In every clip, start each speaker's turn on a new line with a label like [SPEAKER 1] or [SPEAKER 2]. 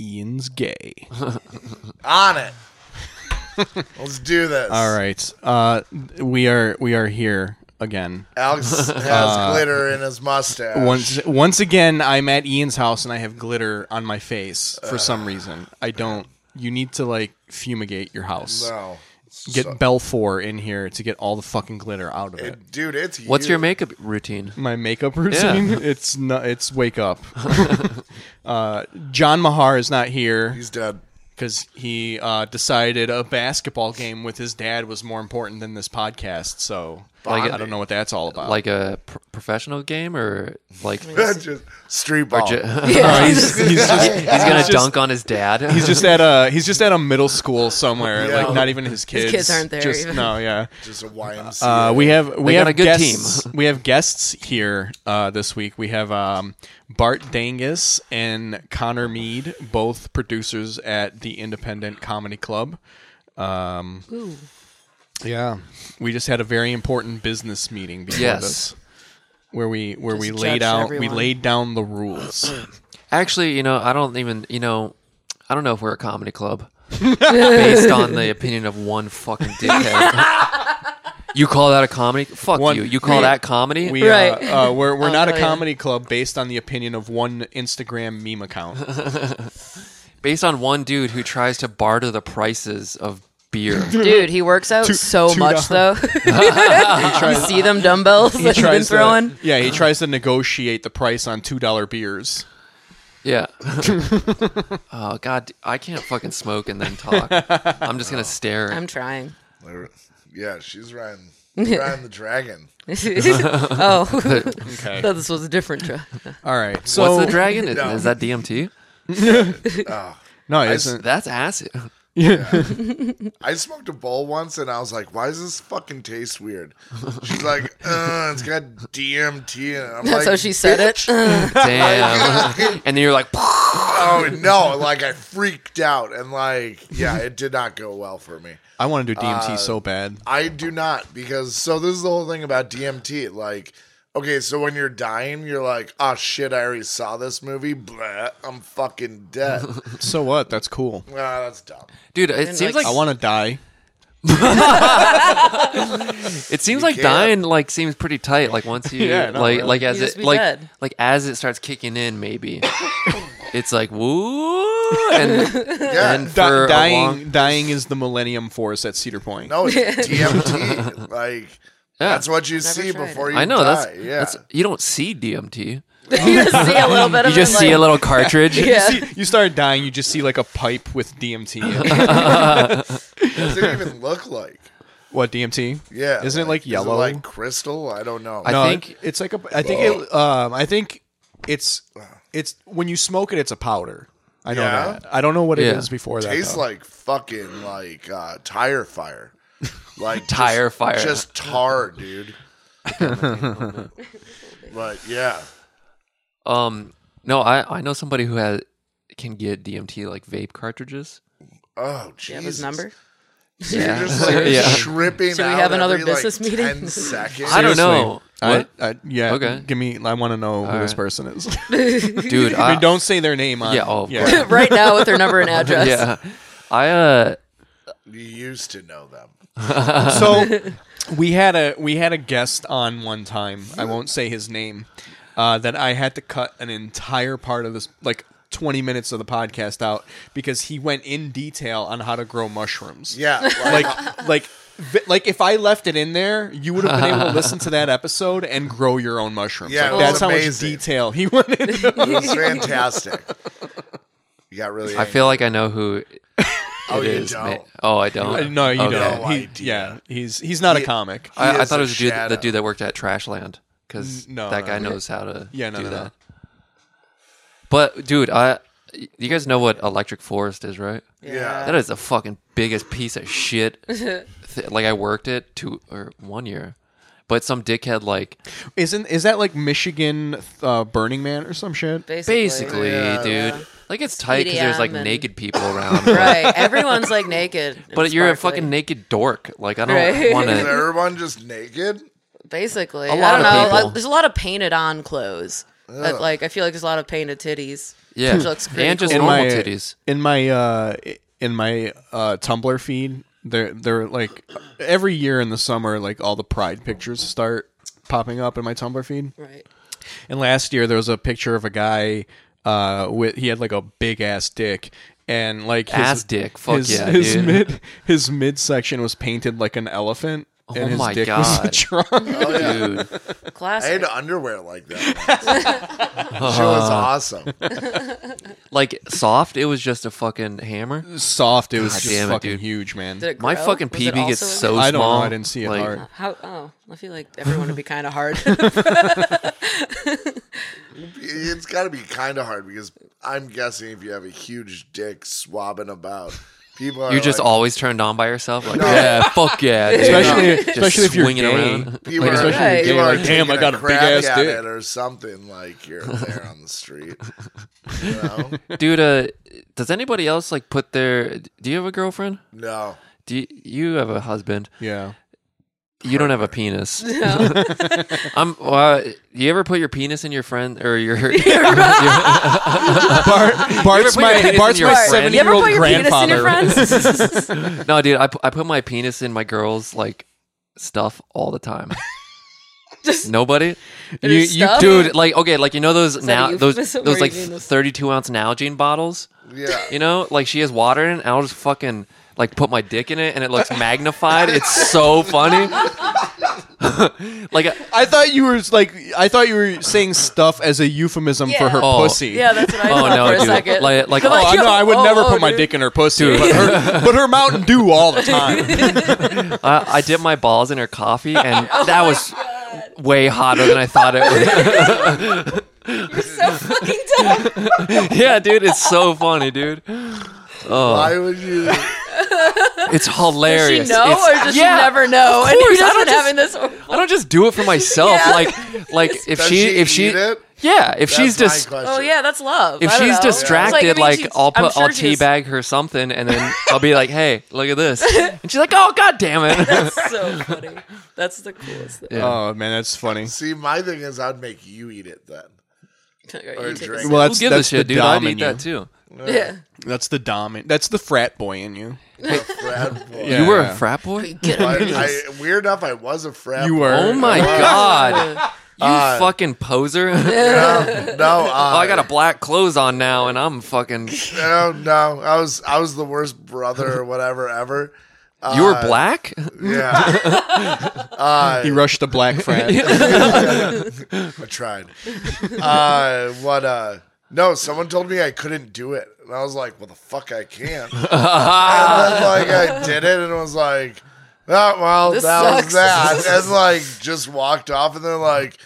[SPEAKER 1] Dylan's gay.
[SPEAKER 2] On it. Let's do this.
[SPEAKER 1] All right, uh, we are we are here again.
[SPEAKER 2] Alex has glitter in his mustache.
[SPEAKER 1] Uh, Once once again, I'm at Ian's house and I have glitter on my face
[SPEAKER 2] Uh.
[SPEAKER 1] for some reason. I don't. You need to like fumigate your house.
[SPEAKER 2] no.
[SPEAKER 1] Get Belfour in here to get all the fucking glitter out of it.
[SPEAKER 2] Dude, it's
[SPEAKER 3] What's
[SPEAKER 2] you.
[SPEAKER 3] your makeup routine?
[SPEAKER 1] My makeup routine. It's not. It's wake up. uh, John Mahar is not here.
[SPEAKER 2] He's dead.
[SPEAKER 1] because he uh, decided a basketball game with his dad was more important than this podcast. So
[SPEAKER 3] Like-
[SPEAKER 1] I don't know what that's all about.
[SPEAKER 3] Like a pr- professional game, or like
[SPEAKER 2] Just street ball.
[SPEAKER 3] ju- he's
[SPEAKER 4] Yeah, he's,
[SPEAKER 3] gonna dunk on his dad?
[SPEAKER 1] he's just at a he's just at a middle school somewhere.
[SPEAKER 2] Yeah.
[SPEAKER 1] Like not even his kids.
[SPEAKER 4] kids aren't there
[SPEAKER 1] Just,
[SPEAKER 4] even.
[SPEAKER 1] No, yeah.
[SPEAKER 2] just a YMCA.
[SPEAKER 1] Uh, we have we
[SPEAKER 3] got
[SPEAKER 1] have
[SPEAKER 3] a good
[SPEAKER 1] guests. we have guests here uh, this week. We have um, Bart Dangus and Connor Mead, both producers at the Independent Comedy Club. Um,
[SPEAKER 4] Ooh.
[SPEAKER 1] Yeah, we just had a very important business meeting before
[SPEAKER 3] Yes.
[SPEAKER 1] this, where we where we
[SPEAKER 4] Just
[SPEAKER 1] laid
[SPEAKER 4] judged
[SPEAKER 1] out we
[SPEAKER 4] everyone.
[SPEAKER 1] laid down the rules.
[SPEAKER 3] Actually, you know, I don't even, you know, I don't know if we're a comedy club based on the opinion of one fucking dickhead. you call that a comedy? Fuck
[SPEAKER 1] One-
[SPEAKER 3] you. You call
[SPEAKER 1] we-
[SPEAKER 3] that comedy?
[SPEAKER 1] We
[SPEAKER 4] Right. Oh,
[SPEAKER 1] uh, uh, we're we're
[SPEAKER 4] I'll
[SPEAKER 1] not a
[SPEAKER 4] tell ya.
[SPEAKER 1] comedy club based on the opinion of one Instagram meme account.
[SPEAKER 3] based on one dude who tries to barter the prices of beer.
[SPEAKER 4] Dude, he works out so
[SPEAKER 1] two
[SPEAKER 4] much though. you see them dumbbells that he's been throwing.
[SPEAKER 1] to, yeah, he tries to negotiate the price on two dollar beers.
[SPEAKER 3] Yeah. oh god, I can't fucking smoke and then talk. I'm just gonna stare.
[SPEAKER 4] I'm trying.
[SPEAKER 1] Uh,
[SPEAKER 2] There- yeah, she's riding, riding the dragon.
[SPEAKER 4] oh,
[SPEAKER 1] Okay,
[SPEAKER 4] thought this was a different truck.
[SPEAKER 1] all right. So
[SPEAKER 3] What's the dragon? Is,
[SPEAKER 2] No.
[SPEAKER 3] is that DMT?
[SPEAKER 1] no, it isn't.
[SPEAKER 3] That's acid.
[SPEAKER 2] I smoked a bowl once and I was like, why does this fucking taste weird? She's like, uh, it's got DMT in it. I'm like,
[SPEAKER 4] That's how she said it.
[SPEAKER 3] Damn. and then you're like,
[SPEAKER 2] Oh, no. Like, I freaked out. And, like, yeah, it did not go well for me.
[SPEAKER 1] I want to do DMT so bad.
[SPEAKER 2] I do not because so this is the whole thing about DMT. Like, okay, so when you're dying, you're like, oh shit, I already saw this movie. Blah, I'm fucking dead. ah,
[SPEAKER 1] So what? That's cool.
[SPEAKER 2] that's dumb.
[SPEAKER 3] dude. It seems
[SPEAKER 4] like-
[SPEAKER 1] I
[SPEAKER 3] like
[SPEAKER 1] want to die.
[SPEAKER 3] It seems like
[SPEAKER 2] can't.
[SPEAKER 3] dying like seems pretty tight. Like once you
[SPEAKER 1] Yeah, no,
[SPEAKER 3] like
[SPEAKER 1] really.
[SPEAKER 3] like as
[SPEAKER 4] You just
[SPEAKER 3] it
[SPEAKER 4] be
[SPEAKER 3] like
[SPEAKER 4] dead.
[SPEAKER 3] like as it starts kicking in, maybe it's like woo and
[SPEAKER 2] Yeah,
[SPEAKER 3] and
[SPEAKER 1] Di-
[SPEAKER 3] for a
[SPEAKER 1] dying,
[SPEAKER 3] long-
[SPEAKER 1] dying is the Millennium Force at Cedar Point.
[SPEAKER 2] no, it's DMT. Like, that's what you see
[SPEAKER 4] tried
[SPEAKER 2] before you
[SPEAKER 3] I know
[SPEAKER 2] die.
[SPEAKER 3] that's
[SPEAKER 2] yeah.
[SPEAKER 3] that's you don't see DMT.
[SPEAKER 4] you just see a little bit
[SPEAKER 3] You
[SPEAKER 4] of
[SPEAKER 3] just
[SPEAKER 4] it,
[SPEAKER 3] see
[SPEAKER 4] like,
[SPEAKER 3] a little cartridge.
[SPEAKER 4] Yeah.
[SPEAKER 1] See, you start dying, you just see like a pipe with DMT. in it.
[SPEAKER 2] what does it even look like?
[SPEAKER 1] what DMT?
[SPEAKER 2] Yeah,
[SPEAKER 1] Isn't it like
[SPEAKER 2] is
[SPEAKER 1] yellow?
[SPEAKER 2] like crystal? I don't know.
[SPEAKER 3] I
[SPEAKER 1] no,
[SPEAKER 3] think-
[SPEAKER 1] it- it's like a. I think it. Um, I think it's it's when you smoke it, it's a powder. I know
[SPEAKER 2] Yeah?
[SPEAKER 1] that. I don't know what it
[SPEAKER 3] Yeah.
[SPEAKER 1] is before that.
[SPEAKER 2] tastes
[SPEAKER 1] though.
[SPEAKER 2] like fucking like uh, tire fire, like just-
[SPEAKER 3] Tire fire.
[SPEAKER 2] just tar, dude. but yeah,
[SPEAKER 3] Um, no, I I know somebody who has can get DMT like vape cartridges.
[SPEAKER 2] oh
[SPEAKER 4] Do
[SPEAKER 2] Jesus.
[SPEAKER 4] you have his number?
[SPEAKER 3] Yeah.
[SPEAKER 2] You're just like
[SPEAKER 3] Yeah.
[SPEAKER 2] tripping.
[SPEAKER 4] Should we
[SPEAKER 2] out
[SPEAKER 4] have another
[SPEAKER 2] every, like,
[SPEAKER 4] business meeting?
[SPEAKER 2] 10 seconds.
[SPEAKER 3] I don't
[SPEAKER 1] Seriously.
[SPEAKER 3] know.
[SPEAKER 1] I,
[SPEAKER 3] What?
[SPEAKER 1] I, yeah.
[SPEAKER 3] Okay.
[SPEAKER 1] Give me. I want to know who this
[SPEAKER 3] right.
[SPEAKER 1] person is.
[SPEAKER 3] Dude,
[SPEAKER 1] I
[SPEAKER 3] I,
[SPEAKER 1] mean, don't say their name. On,
[SPEAKER 3] Yeah, oh, of course.
[SPEAKER 4] right now with their number and address.
[SPEAKER 3] Yeah, I uh,
[SPEAKER 2] You used to know them.
[SPEAKER 1] so we had a we had a guest on one time. I won't say his name. Uh, that I had to cut an entire part of this, like twenty minutes of the podcast out, because he went in detail on how to grow mushrooms.
[SPEAKER 2] Yeah, like,
[SPEAKER 1] like like vi- like if I left it in there, you would have been able to listen to that episode and grow your own mushrooms. Like,
[SPEAKER 2] Yeah, it was
[SPEAKER 1] that's how much
[SPEAKER 2] amazing.
[SPEAKER 1] detail he went into.
[SPEAKER 2] it was fantastic. You got really.
[SPEAKER 3] I feel like I know who
[SPEAKER 2] oh,
[SPEAKER 3] it
[SPEAKER 2] you
[SPEAKER 3] is.
[SPEAKER 2] don't.
[SPEAKER 3] ma- Oh, I don't.
[SPEAKER 1] Uh, no, you
[SPEAKER 3] Okay.
[SPEAKER 1] don't.
[SPEAKER 2] No
[SPEAKER 1] He-
[SPEAKER 2] idea.
[SPEAKER 1] yeah, he's he's not a comic.
[SPEAKER 2] He
[SPEAKER 3] I, I
[SPEAKER 2] is
[SPEAKER 3] thought
[SPEAKER 2] a
[SPEAKER 3] it was the dude,
[SPEAKER 2] shadow.
[SPEAKER 3] the dude that worked at Trashland because
[SPEAKER 1] N- no,
[SPEAKER 3] that
[SPEAKER 1] no.
[SPEAKER 3] guy knows how to
[SPEAKER 1] Yeah, no,
[SPEAKER 3] do
[SPEAKER 1] no, no.
[SPEAKER 3] that. But dude, I you guys know what Electric Forest is, right?
[SPEAKER 2] Yeah.
[SPEAKER 3] That is the fucking biggest piece of shit. th- like I worked it two or one year, but some dickhead like
[SPEAKER 1] Isn't is that like Michigan uh, Burning Man or some shit?
[SPEAKER 4] Basically.
[SPEAKER 3] basically, dude. Like it's tight because there's like
[SPEAKER 4] EDM and-
[SPEAKER 3] naked people around.
[SPEAKER 4] Right. Everyone's like naked. and
[SPEAKER 3] But you're a
[SPEAKER 4] sparkly.
[SPEAKER 3] fucking naked dork. Like I don't
[SPEAKER 4] Right.
[SPEAKER 3] want
[SPEAKER 2] Is
[SPEAKER 3] to.
[SPEAKER 2] everyone just naked?
[SPEAKER 4] Basically.
[SPEAKER 3] lot
[SPEAKER 4] I don't
[SPEAKER 3] of
[SPEAKER 4] know.
[SPEAKER 3] people.
[SPEAKER 4] Like, There's a lot of painted on clothes. But like, I feel like there's a lot of painted titties.
[SPEAKER 3] Yeah.
[SPEAKER 4] which looks pretty
[SPEAKER 3] And just
[SPEAKER 4] cool.
[SPEAKER 1] in my
[SPEAKER 3] normal titties.
[SPEAKER 1] in my uh, in my uh, Tumblr feed. They're they're like every year in the summer, like all the pride pictures start popping up in my Tumblr feed.
[SPEAKER 4] right.
[SPEAKER 1] And last year there was a picture of a guy uh, with he had like a big ass dick and like his,
[SPEAKER 3] Ass dick. Fuck
[SPEAKER 1] his,
[SPEAKER 3] yeah,
[SPEAKER 1] his
[SPEAKER 3] dude.
[SPEAKER 1] mid his midsection was painted like an elephant. and his
[SPEAKER 3] Oh my
[SPEAKER 1] dick was
[SPEAKER 3] God.
[SPEAKER 1] drawn.
[SPEAKER 2] Oh, yeah.
[SPEAKER 3] Dude.
[SPEAKER 2] I
[SPEAKER 4] Classic.
[SPEAKER 2] had underwear like that. Once. she
[SPEAKER 3] Uh-huh.
[SPEAKER 2] was awesome.
[SPEAKER 3] Like soft, it was just a fucking hammer.
[SPEAKER 1] soft. It was
[SPEAKER 3] God
[SPEAKER 1] just
[SPEAKER 3] damn it,
[SPEAKER 1] fucking
[SPEAKER 3] dude.
[SPEAKER 1] huge, man.
[SPEAKER 4] Did it
[SPEAKER 3] My
[SPEAKER 4] grow?
[SPEAKER 3] fucking
[SPEAKER 4] Was it
[SPEAKER 3] PB gets
[SPEAKER 4] also-
[SPEAKER 3] so small.
[SPEAKER 1] I don't know, I didn't see it
[SPEAKER 3] like,
[SPEAKER 1] hard.
[SPEAKER 4] How? Oh, I feel like everyone would be kind of hard.
[SPEAKER 2] It's got to be kind of hard because I'm guessing if you have a huge dick swabbing about, people are
[SPEAKER 3] You're just
[SPEAKER 2] like,
[SPEAKER 3] always turned on by yourself. Like, yeah, fuck yeah. dude.
[SPEAKER 1] Especially,
[SPEAKER 3] Just
[SPEAKER 1] especially if you're
[SPEAKER 3] swinging
[SPEAKER 1] gay.
[SPEAKER 3] around.
[SPEAKER 2] People
[SPEAKER 1] Like,
[SPEAKER 2] are,
[SPEAKER 1] especially
[SPEAKER 4] if
[SPEAKER 2] people
[SPEAKER 4] you're
[SPEAKER 2] are
[SPEAKER 1] gay, like, damn, I
[SPEAKER 2] taking
[SPEAKER 1] got a big
[SPEAKER 2] crack
[SPEAKER 1] ass
[SPEAKER 2] at
[SPEAKER 1] dick.
[SPEAKER 2] it or something like you're there on the street. You know?
[SPEAKER 3] Dude, uh, does anybody else like put their? Do you have a girlfriend?
[SPEAKER 2] No,
[SPEAKER 3] Do you, you have a husband?
[SPEAKER 1] Yeah.
[SPEAKER 3] You don't have a penis. I'm. Uh, you ever put your penis in your friend or your?
[SPEAKER 1] Bart, Bart's
[SPEAKER 3] put your penis
[SPEAKER 1] my
[SPEAKER 3] in
[SPEAKER 1] Bart's
[SPEAKER 3] your
[SPEAKER 1] my
[SPEAKER 3] friend?
[SPEAKER 1] seventy year
[SPEAKER 4] you ever
[SPEAKER 1] old
[SPEAKER 4] put your penis in your
[SPEAKER 1] grandfather.
[SPEAKER 4] friends?
[SPEAKER 3] no, dude. I, pu- I put my penis in my girl's like stuff all the time.
[SPEAKER 4] Just-
[SPEAKER 3] nobody,
[SPEAKER 1] You- you-
[SPEAKER 4] Stuff?
[SPEAKER 3] dude. Like okay, like you know those
[SPEAKER 4] that a
[SPEAKER 3] now those
[SPEAKER 4] euphemism
[SPEAKER 3] those
[SPEAKER 4] or
[SPEAKER 3] like
[SPEAKER 4] you mean this-
[SPEAKER 3] thirty-two ounce Nalgene bottles.
[SPEAKER 2] yeah.
[SPEAKER 3] You know, like she has water in it, and I'll just fucking like put my dick in it, and it looks magnified. It's so funny. like,
[SPEAKER 1] I thought you were like I thought you were saying stuff as a euphemism for
[SPEAKER 4] Yeah.
[SPEAKER 1] her
[SPEAKER 3] Oh.
[SPEAKER 1] pussy.
[SPEAKER 4] yeah, that's what I
[SPEAKER 3] Oh,
[SPEAKER 4] thought
[SPEAKER 3] no,
[SPEAKER 4] for a
[SPEAKER 3] dude.
[SPEAKER 4] second.
[SPEAKER 3] Like- like,
[SPEAKER 4] I'm
[SPEAKER 3] oh,
[SPEAKER 1] Oh, I know. I would
[SPEAKER 4] oh,
[SPEAKER 1] never
[SPEAKER 4] oh,
[SPEAKER 1] put my
[SPEAKER 4] dude.
[SPEAKER 1] dick in her pussy, but her, but her Mountain Dew all the time.
[SPEAKER 3] I, I dip my balls in her coffee, and
[SPEAKER 4] Oh
[SPEAKER 3] that was way hotter than I thought it would.
[SPEAKER 4] You're so fucking dumb.
[SPEAKER 3] yeah, dude, it's so funny, dude.
[SPEAKER 2] Why would you?
[SPEAKER 3] It's
[SPEAKER 4] Does she
[SPEAKER 3] hilarious.
[SPEAKER 4] know,
[SPEAKER 3] It's-
[SPEAKER 4] or does
[SPEAKER 3] yeah,
[SPEAKER 4] she never know? and
[SPEAKER 3] course,
[SPEAKER 4] you're
[SPEAKER 3] I don't
[SPEAKER 4] just
[SPEAKER 3] just-
[SPEAKER 4] having this.
[SPEAKER 3] I don't just do it for myself.
[SPEAKER 4] Yeah.
[SPEAKER 3] Like, like if
[SPEAKER 2] Does
[SPEAKER 3] she,
[SPEAKER 2] she
[SPEAKER 3] if she,
[SPEAKER 2] eat it?
[SPEAKER 3] yeah, if
[SPEAKER 2] That's
[SPEAKER 3] she's
[SPEAKER 2] my
[SPEAKER 3] just.
[SPEAKER 2] question.
[SPEAKER 4] Oh yeah, that's love.
[SPEAKER 3] If
[SPEAKER 4] I don't
[SPEAKER 3] she's
[SPEAKER 4] know. It's
[SPEAKER 3] distracted,
[SPEAKER 4] I mean,
[SPEAKER 3] like, I
[SPEAKER 4] she's-
[SPEAKER 3] will
[SPEAKER 4] I'm
[SPEAKER 3] put
[SPEAKER 4] sure
[SPEAKER 3] I'll
[SPEAKER 4] she's-
[SPEAKER 3] teabag her something, and then I'll be like, "Hey, look at this," and she's like, "Oh god damn it!"
[SPEAKER 4] That's so funny. That's the coolest thing.
[SPEAKER 1] Oh man, that's funny.
[SPEAKER 2] See, my thing is, I'd make you eat it then.
[SPEAKER 4] Alright,
[SPEAKER 2] Or
[SPEAKER 4] you take a
[SPEAKER 2] drink.
[SPEAKER 4] sip.
[SPEAKER 1] Well,
[SPEAKER 3] Who
[SPEAKER 1] that's
[SPEAKER 3] gives a
[SPEAKER 1] that's
[SPEAKER 3] shit,
[SPEAKER 1] the
[SPEAKER 3] dude? I'd
[SPEAKER 1] dom
[SPEAKER 3] eat
[SPEAKER 1] in you.
[SPEAKER 3] that too.
[SPEAKER 4] yeah.
[SPEAKER 1] That's the dom. in- That's the frat boy in you.
[SPEAKER 2] A frat boy.
[SPEAKER 1] Yeah.
[SPEAKER 3] You were a frat boy.
[SPEAKER 4] Get him.
[SPEAKER 2] I, I, weird enough, I was a frat.
[SPEAKER 1] You
[SPEAKER 2] boy.
[SPEAKER 1] were.
[SPEAKER 3] Oh my god, you
[SPEAKER 2] Uh,
[SPEAKER 3] fucking poser!
[SPEAKER 2] No, no, uh,
[SPEAKER 3] oh, I got a black clothes on now, and I'm fucking.
[SPEAKER 2] no, no. I was, I was the worst brother or whatever ever. Uh,
[SPEAKER 3] You were black.
[SPEAKER 2] Yeah, Uh,
[SPEAKER 1] He rushed the black frat.
[SPEAKER 2] I tried. Uh, what? Uh, no, someone told me I couldn't do it, and I was like, "Well, the fuck, I can't." and then, like, I did it, and it was like, "Oh, well,
[SPEAKER 4] This
[SPEAKER 2] that was
[SPEAKER 4] sucks."
[SPEAKER 2] that," and like, just walked off, and they're like.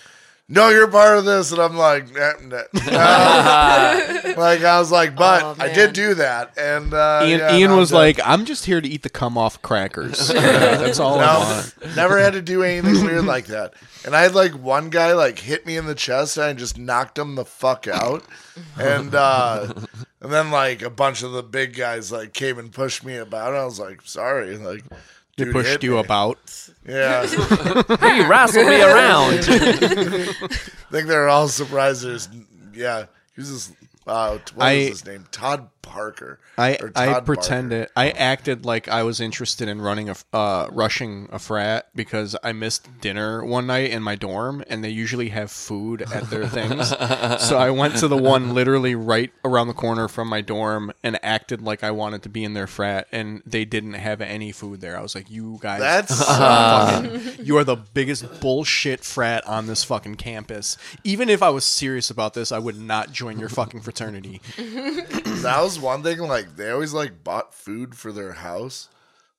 [SPEAKER 2] No, you're part of this, and I'm like, nah, nah, nah." like I was like, but
[SPEAKER 4] Oh,
[SPEAKER 2] I
[SPEAKER 4] man.
[SPEAKER 2] did do that, and uh,
[SPEAKER 1] Ian,
[SPEAKER 2] yeah,
[SPEAKER 1] Ian
[SPEAKER 2] no,
[SPEAKER 1] was
[SPEAKER 2] I'm done.
[SPEAKER 1] like, "I'm just here to eat the cum off crackers. Yeah, that's all I
[SPEAKER 2] No,
[SPEAKER 1] want."
[SPEAKER 2] never had to do anything weird like that. And I had like one guy like hit me in the chest and I just knocked him the fuck out. And uh and then like a bunch of the big guys like came and pushed me about. I was like, sorry, like
[SPEAKER 1] They
[SPEAKER 2] dude
[SPEAKER 1] pushed
[SPEAKER 2] hit
[SPEAKER 1] you
[SPEAKER 2] me.
[SPEAKER 1] about.
[SPEAKER 2] Yeah, I
[SPEAKER 3] Hey, wrestle me around.
[SPEAKER 2] think they're all surprised. There's yeah, who's this? Uh, what was
[SPEAKER 1] I-
[SPEAKER 2] his name? Todd Parker.
[SPEAKER 1] I
[SPEAKER 2] Or
[SPEAKER 1] I
[SPEAKER 2] Todd Barker. Oh,
[SPEAKER 1] pretended I acted like I was interested in running a f- uh, rushing a frat because I missed dinner one night in my dorm and they usually have food at their things. so I went to the one literally right around the corner from my dorm and acted like I wanted to be in their frat and they didn't have any food there. I was like, "You guys,
[SPEAKER 2] That's
[SPEAKER 1] fucking- you are the biggest bullshit frat on this fucking campus. Even if I was serious about this, I would not join your fucking fraternity."
[SPEAKER 2] that was one thing. Like they always like bought food for their house,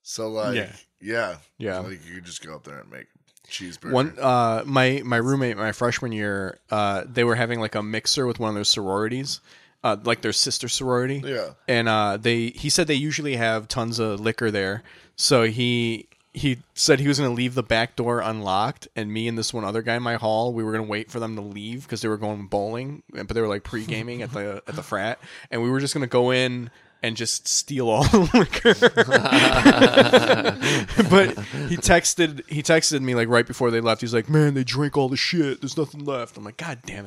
[SPEAKER 2] so like
[SPEAKER 1] Yeah.
[SPEAKER 2] yeah,
[SPEAKER 1] Yeah.
[SPEAKER 2] Like you could just go up there and make cheeseburger.
[SPEAKER 1] One, uh, my my roommate, my freshman year, uh, they were having like a mixer with one of their sororities, uh, like their sister sorority.
[SPEAKER 2] Yeah.
[SPEAKER 1] and uh, they he said they usually have tons of liquor there, so he he said he was going to leave the back door unlocked, and me and this one other guy in my hall, we were going to wait for them to leave because they were going bowling, but they were like pre gaming at the at the frat, and we were just going to go in. And just steal all the liquor but he texted he texted me like right before they left. He's like, "Man, they drank all the shit. There's nothing left." I'm like, "God damn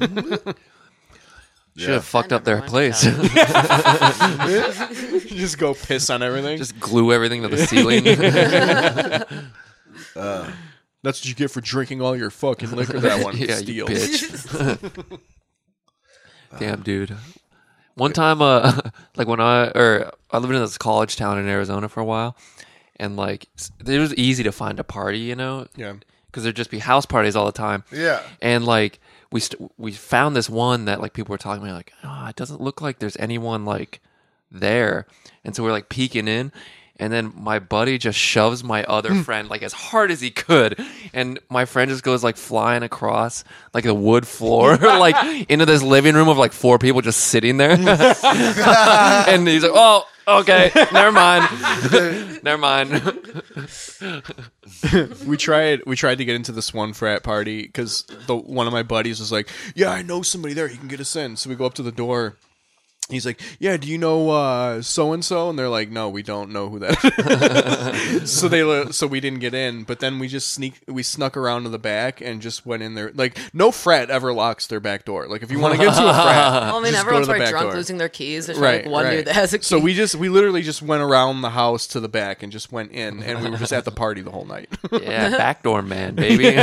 [SPEAKER 1] it!"
[SPEAKER 3] Should have fucked up their place.
[SPEAKER 1] You just go piss on everything.
[SPEAKER 3] Just glue everything to the ceiling.
[SPEAKER 1] That's what you get for drinking all your fucking liquor. That one
[SPEAKER 3] yeah, you
[SPEAKER 1] steals.
[SPEAKER 3] bitch. Damn, dude. One time, uh, like when I or I lived in this college town in Arizona for a while, and like s- it was easy to find a party, you know,
[SPEAKER 1] Yeah.
[SPEAKER 3] because there'd just be house parties all the time.
[SPEAKER 2] Yeah.
[SPEAKER 3] and like we st- we found this one that like people were talking about, like, oh, it doesn't look like there's anyone like there, and so we're like peeking in. And then my buddy just shoves my other friend like as hard as he could, and my friend just goes like flying across like the wood floor, like into this living room of like four people just sitting there. and he's like, "Oh, okay, never mind, never mind."
[SPEAKER 1] We tried. We tried to get into this one frat party because the one of my buddies was like, "Yeah, I know somebody there. He can get us in." So we go up to the door. He's like, "Yeah, do you know so and so?" And they're like, "No, we don't know who that." Is. so they le- so we didn't get in. But then we just sneak we snuck around to the back and just went in there. Like no frat ever locks their back door. Like if you want to get to a frat,
[SPEAKER 4] Well, I mean,
[SPEAKER 1] just go
[SPEAKER 4] everyone's
[SPEAKER 1] to the
[SPEAKER 4] probably
[SPEAKER 1] back
[SPEAKER 4] drunk,
[SPEAKER 1] door.
[SPEAKER 4] losing their keys. There's right, like one dude that has a key.
[SPEAKER 1] So we just we literally just went around the house to the back and just went in, and we were just at the party the whole night.
[SPEAKER 3] Yeah, backdoor man, baby.